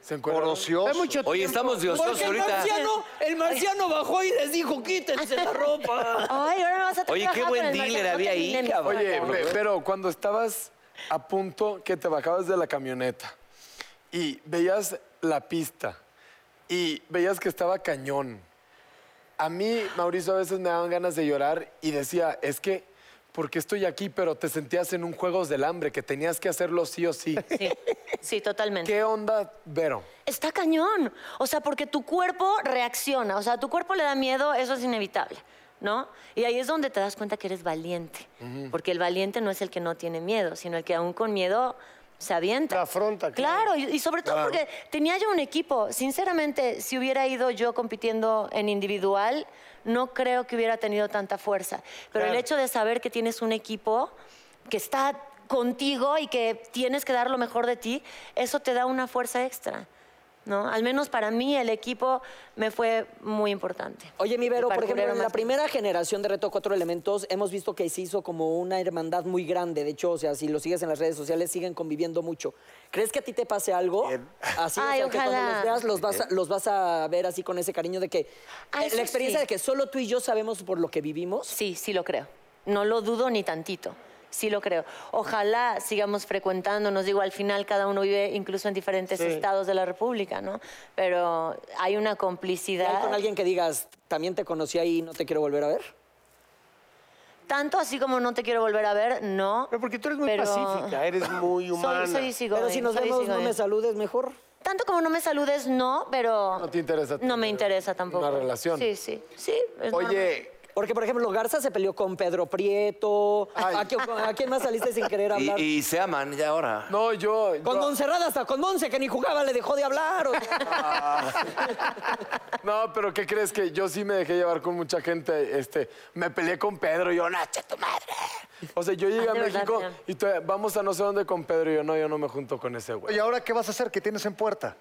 S5: Se
S3: Por ociosos.
S4: Oye, estamos de ociosos
S2: Porque el
S4: ahorita.
S2: marciano, el marciano bajó y les dijo, quítense la ropa.
S11: Ay, ahora me vas a tener
S4: Oye,
S11: que
S4: qué
S11: bajar
S4: buen
S11: con el
S4: dealer
S11: marciano,
S4: había ahí,
S11: terminé mi
S4: cabrón.
S5: Oye,
S11: historia.
S5: pe- pero cuando estabas a punto que te bajabas de la camioneta y veías la pista y veías que estaba cañón, a mí, Mauricio, a veces me daban ganas de llorar y decía, es que, ¿por qué estoy aquí? Pero te sentías en un Juegos del Hambre, que tenías que hacerlo sí o sí.
S11: Sí, sí, totalmente.
S5: ¿Qué onda, Vero?
S11: Está cañón. O sea, porque tu cuerpo reacciona. O sea, tu cuerpo le da miedo, eso es inevitable, ¿no? Y ahí es donde te das cuenta que eres valiente. Porque el valiente no es el que no tiene miedo, sino el que aún con miedo se avienta.
S6: afronta,
S11: Claro, y, y sobre todo porque tenía yo un equipo. Sinceramente, si hubiera ido yo compitiendo en individual, no creo que hubiera tenido tanta fuerza. Pero el hecho de saber que tienes un equipo que está contigo y que tienes que dar lo mejor de ti, eso te da una fuerza extra. ¿no? Al menos para mí el equipo me fue muy importante.
S2: Oye, mi Vero,
S11: El
S2: por ejemplo,
S11: parkourero
S2: en la
S11: más-
S2: primera generación de Reto Cuatro Elementos hemos visto que se hizo como una hermandad muy grande. De hecho, o sea, si lo sigues en las redes sociales, siguen conviviendo mucho. ¿Crees que a ti te pase algo? Así, o
S11: Ay,
S2: sea, que cuando
S11: ojalá.
S2: los veas, los vas, a, los vas a ver así con ese cariño de que...
S11: Ah,
S2: eh,
S11: eso
S2: la experiencia
S11: sí.
S2: de que solo tú y yo sabemos por lo que vivimos.
S11: Sí, sí lo creo. No lo dudo ni tantito. Sí lo creo. Ojalá sigamos frecuentándonos. Digo, al final cada uno vive incluso en diferentes estados de la República, ¿no? Pero hay una
S2: ¿Hay
S11: complicidad.
S2: con alguien que digas, también te conocí ahí y no te quiero volver a ver?
S11: Tanto así como no te quiero volver a ver, no.
S6: Pero porque tú eres muy
S11: Pero-
S6: pacífica, eres muy humana.
S11: Soy, soy easygoing,
S2: Pero si nos
S11: soy
S2: vemos, no
S11: easygoing.
S2: me saludes mejor.
S11: Tanto como no me saludes, no, pero...
S5: No te interesa
S11: No me
S5: tener
S11: interesa tampoco.
S5: una relación.
S11: Sí, sí. Sí, es normal.
S5: Oye,
S2: Porque, por ejemplo, Garza se peleó con Pedro Prieto. ¿A, quién- a quién más saliste sin querer
S4: Y,
S2: hablar?
S4: y se aman ya ahora.
S5: no, yo...
S2: Con
S5: yo-
S2: Monserrat, hasta con Monse, que ni jugaba, le dejó de hablar. o sea.
S5: No, pero ¿qué crees que yo sí me dejé llevar con mucha gente? Este, me peleé con Pedro y yo, Nacho, tu madre. O sea, yo llegué
S11: Ah,
S5: a
S11: de verdad,
S5: México
S11: ya.
S5: y todavía, vamos a no sé dónde con Pedro y yo, no, yo no me junto con ese güey.
S3: Oye, ¿ahora qué vas a hacer? ¿Qué tienes en puerta?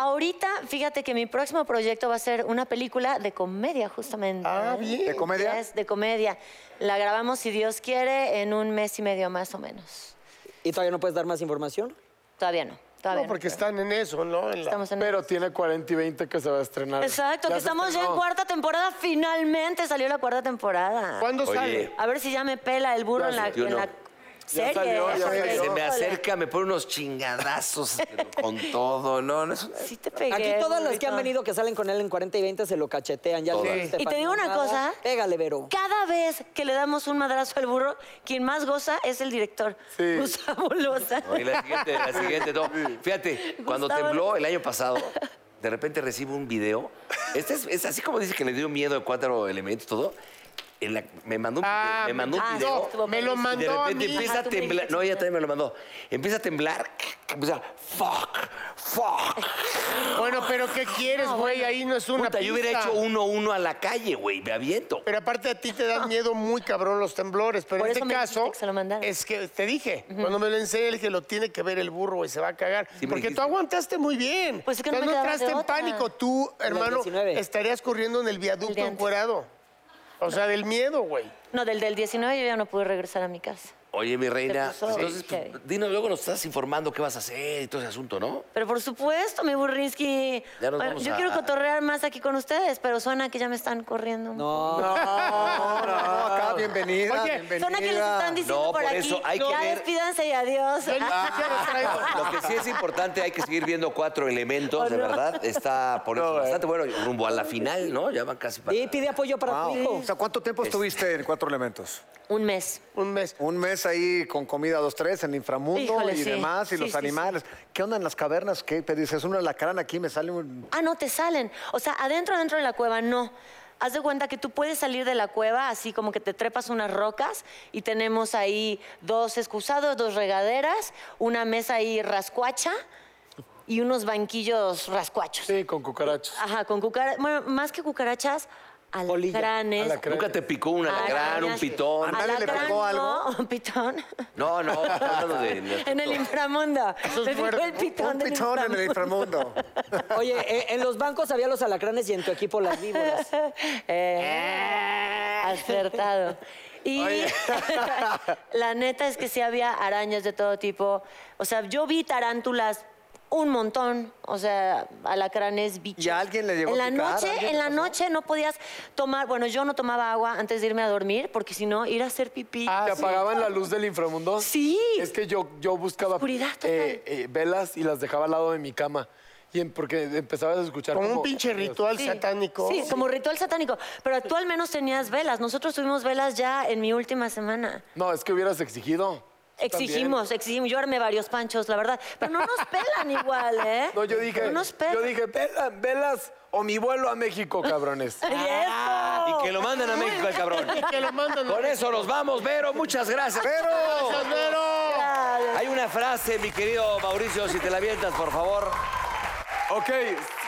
S11: Ahorita, fíjate que mi próximo proyecto va a ser una película de comedia, justamente. Ah, bien.
S3: ¿De comedia?
S11: Es de comedia. La grabamos, si Dios quiere, en un mes y medio más o menos.
S2: ¿Y todavía no puedes dar más información?
S11: Todavía no. Todavía
S6: No,
S11: no,
S6: porque
S11: pero
S6: están en eso, ¿no? En la-
S11: Estamos en...
S5: Pero tiene 40 y 20 que se va a estrenar.
S11: Exacto,
S5: Ya
S11: que
S5: se
S11: estamos ya en
S5: estrenó.
S11: cuarta temporada. Finalmente salió la cuarta temporada.
S6: ¿Cuándo
S4: Oye,
S6: sale?
S11: A ver si ya me pela el burro en la,
S4: Yo
S11: en
S4: no.
S11: la serie.
S5: salió, ya
S11: Híjole.
S5: salió.
S4: Se me acerca, me pone unos chingadazos pero con todo, ¿no? no es-
S11: Sí te pegué.
S2: Aquí todas las que han
S11: burrito.
S2: venido que salen con él en 40 y 20 se lo cachetean. Ya
S4: Todas.
S2: le dijiste,
S11: Y te digo una
S2: "Panamada,
S11: cosa".
S2: Pégale, Vero.
S11: Cada vez que le damos un madrazo al burro, quien más goza es el director,
S5: Sí.
S11: Gustavo Loza.
S4: No, y la siguiente, la siguiente, no. Fíjate, cuando
S11: Gustavo-
S4: tembló el año pasado, de repente recibo un video. Este es, es así como dice que le dio miedo a cuatro elementos, todo. En la- me mandó un video.
S6: Ah,
S4: me mandó un
S11: ah,
S4: video.
S11: sí, estuvo
S6: me lo
S11: padrísimo.
S4: Y de
S6: mandó a
S4: repente
S6: mí.
S4: empieza
S11: Ajá,
S4: a
S11: tú me
S4: temblar.
S11: dijiste.
S4: No, ella también me lo mandó. Empieza a temblar. O sea, fuck, fuck.
S6: Bueno, pero ¿qué quieres, güey? Ahí no es una
S4: Puta, yo hubiera
S6: pista.
S4: hecho uno uno a la calle, güey. Me aviento.
S6: Pero aparte a ti te dan miedo muy cabrón los temblores, pero
S11: Por
S6: en
S11: eso
S6: este
S11: me dijiste
S6: caso
S11: que se lo mandaran.
S6: es que te dije, cuando me lo enseñé, el que lo tiene que ver el burro y se va a cagar,
S4: Sí me
S6: porque tú
S4: dijiste.
S6: aguantaste muy bien.
S11: Pues es que
S6: O sea,
S11: no me quedaba de
S6: entraste en
S11: otra.
S6: pánico, tú, hermano,
S2: 19.
S6: estarías corriendo en el
S11: El
S6: viaducto
S11: de antes.
S6: encuerado. O sea, del miedo, güey.
S11: No, del del 19 yo ya no pude regresar a mi casa.
S4: Oye, mi reina,
S11: puso
S4: entonces, pues,
S11: heavy.
S4: dinos, luego nos estás informando qué vas a hacer y todo ese asunto, ¿no?
S11: Pero por supuesto, mi Burrinsky.
S4: Ya nos
S11: Bueno,
S4: vamos
S11: yo
S4: a-
S11: quiero
S4: a-
S11: cotorrear más aquí con ustedes, pero suena que ya me están corriendo. No,
S3: Ah, acá, bienvenida.
S11: Oye,
S3: bienvenida.
S11: suena que les están diciendo
S4: No,
S11: por,
S4: por
S11: aquí.
S4: eso hay que
S11: ya
S4: ver-
S11: despídanse y adiós.
S4: Lo que sí es importante, hay que seguir viendo cuatro elementos, de
S11: Oh, no.
S4: verdad. Está por
S11: eh.
S4: eso bastante bueno, rumbo a la final, ¿no? Ya van casi para.
S10: Y pide apoyo para
S3: Wow.
S10: tu hijo.
S3: O sea, ¿cuánto tiempo estuviste en Cuatro Elementos?
S11: Un mes.
S6: Un mes.
S3: Un mes ahí con comida dos, tres, en inframundo
S11: Híjole,
S3: y
S11: sí.
S3: demás, y
S11: Sí,
S3: los
S11: sí, sí.
S3: animales. ¿Qué onda en las cavernas? ¿Qué te dices? Un alacrán aquí, me sale un...
S11: Ah, no, te salen. O sea, adentro, adentro de la cueva, no. Haz de cuenta que tú puedes salir de la cueva así como que te trepas unas rocas y tenemos ahí dos excusados, dos regaderas, una mesa ahí rascuacha y unos banquillos rascuachos.
S5: Sí, con cucarachos.
S11: Ajá, con cucarachas, bueno, más que cucarachas, alacranes.
S5: Alacrán.
S4: Nunca te picó un alacrán, un
S11: arañas.
S4: pitón.
S3: Ándale, le
S11: Alacrán,
S3: pegó algo.
S11: no, un pitón.
S4: No, no, estamos hablando de.
S11: en el inframundo. Me picó el pitón
S3: un
S11: del
S3: pitón en el inframundo.
S10: Oye, eh, en los bancos había los alacranes y en tu equipo las víboras.
S5: Ah,
S11: Eh, acertado. Y la neta es que sí había arañas de todo tipo. O sea, yo vi tarántulas un montón, o sea, alacranes, bichos.
S3: ¿Y a alguien le llegó
S11: En
S3: a
S11: la
S3: picar?
S11: noche,
S3: ¿Alguien
S11: en
S3: le
S11: la
S3: pasó?
S11: noche no podías tomar, bueno, yo no tomaba agua antes de irme a dormir porque si no ir a hacer pipí.
S5: ¿Te apagaban la luz del inframundo?
S11: Ah, Sí.
S5: Es que yo, yo buscaba
S11: Oscuridad total.
S5: eh, eh, velas y las dejaba al lado de mi cama. Y en- porque empezabas a escuchar
S6: Como un pinche ritual
S11: Sí.
S6: satánico.
S11: Sí, como ritual satánico. Pero tú al menos tenías velas. Nosotros tuvimos velas ya en mi última semana.
S5: No, es que hubieras exigido.
S11: Exigimos, exigimos. Yo armé varios panchos, la verdad. Pero no nos pelan igual, ¿eh?
S5: No, yo dije,
S11: No nos pelan.
S5: yo dije, "Vela- velas o mi vuelo a México, cabrones.
S11: ¡Ay, eso!
S4: Y que lo mandan a México al cabrón.
S6: Que lo mandan.
S4: Con eso nos vamos, Vero. Muchas gracias. ¡Vero! Hay una frase, mi querido Mauricio, si te la avientas, por favor.
S5: Ok,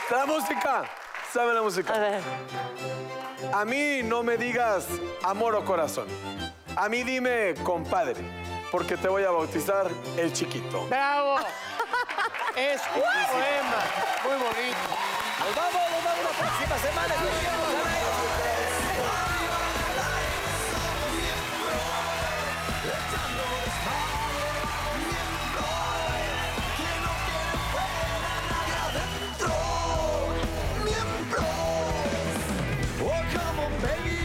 S5: la música. ¿Sabe la música?
S11: A ver.
S5: A mí no me digas amor o corazón. A mí dime compadre, porque te voy a bautizar el chiquito.
S6: ¡Bravo! Es un poema. Muy bonito.
S4: Nos vamos, nos vamos la próxima semana.
S9: Oh, come on, baby,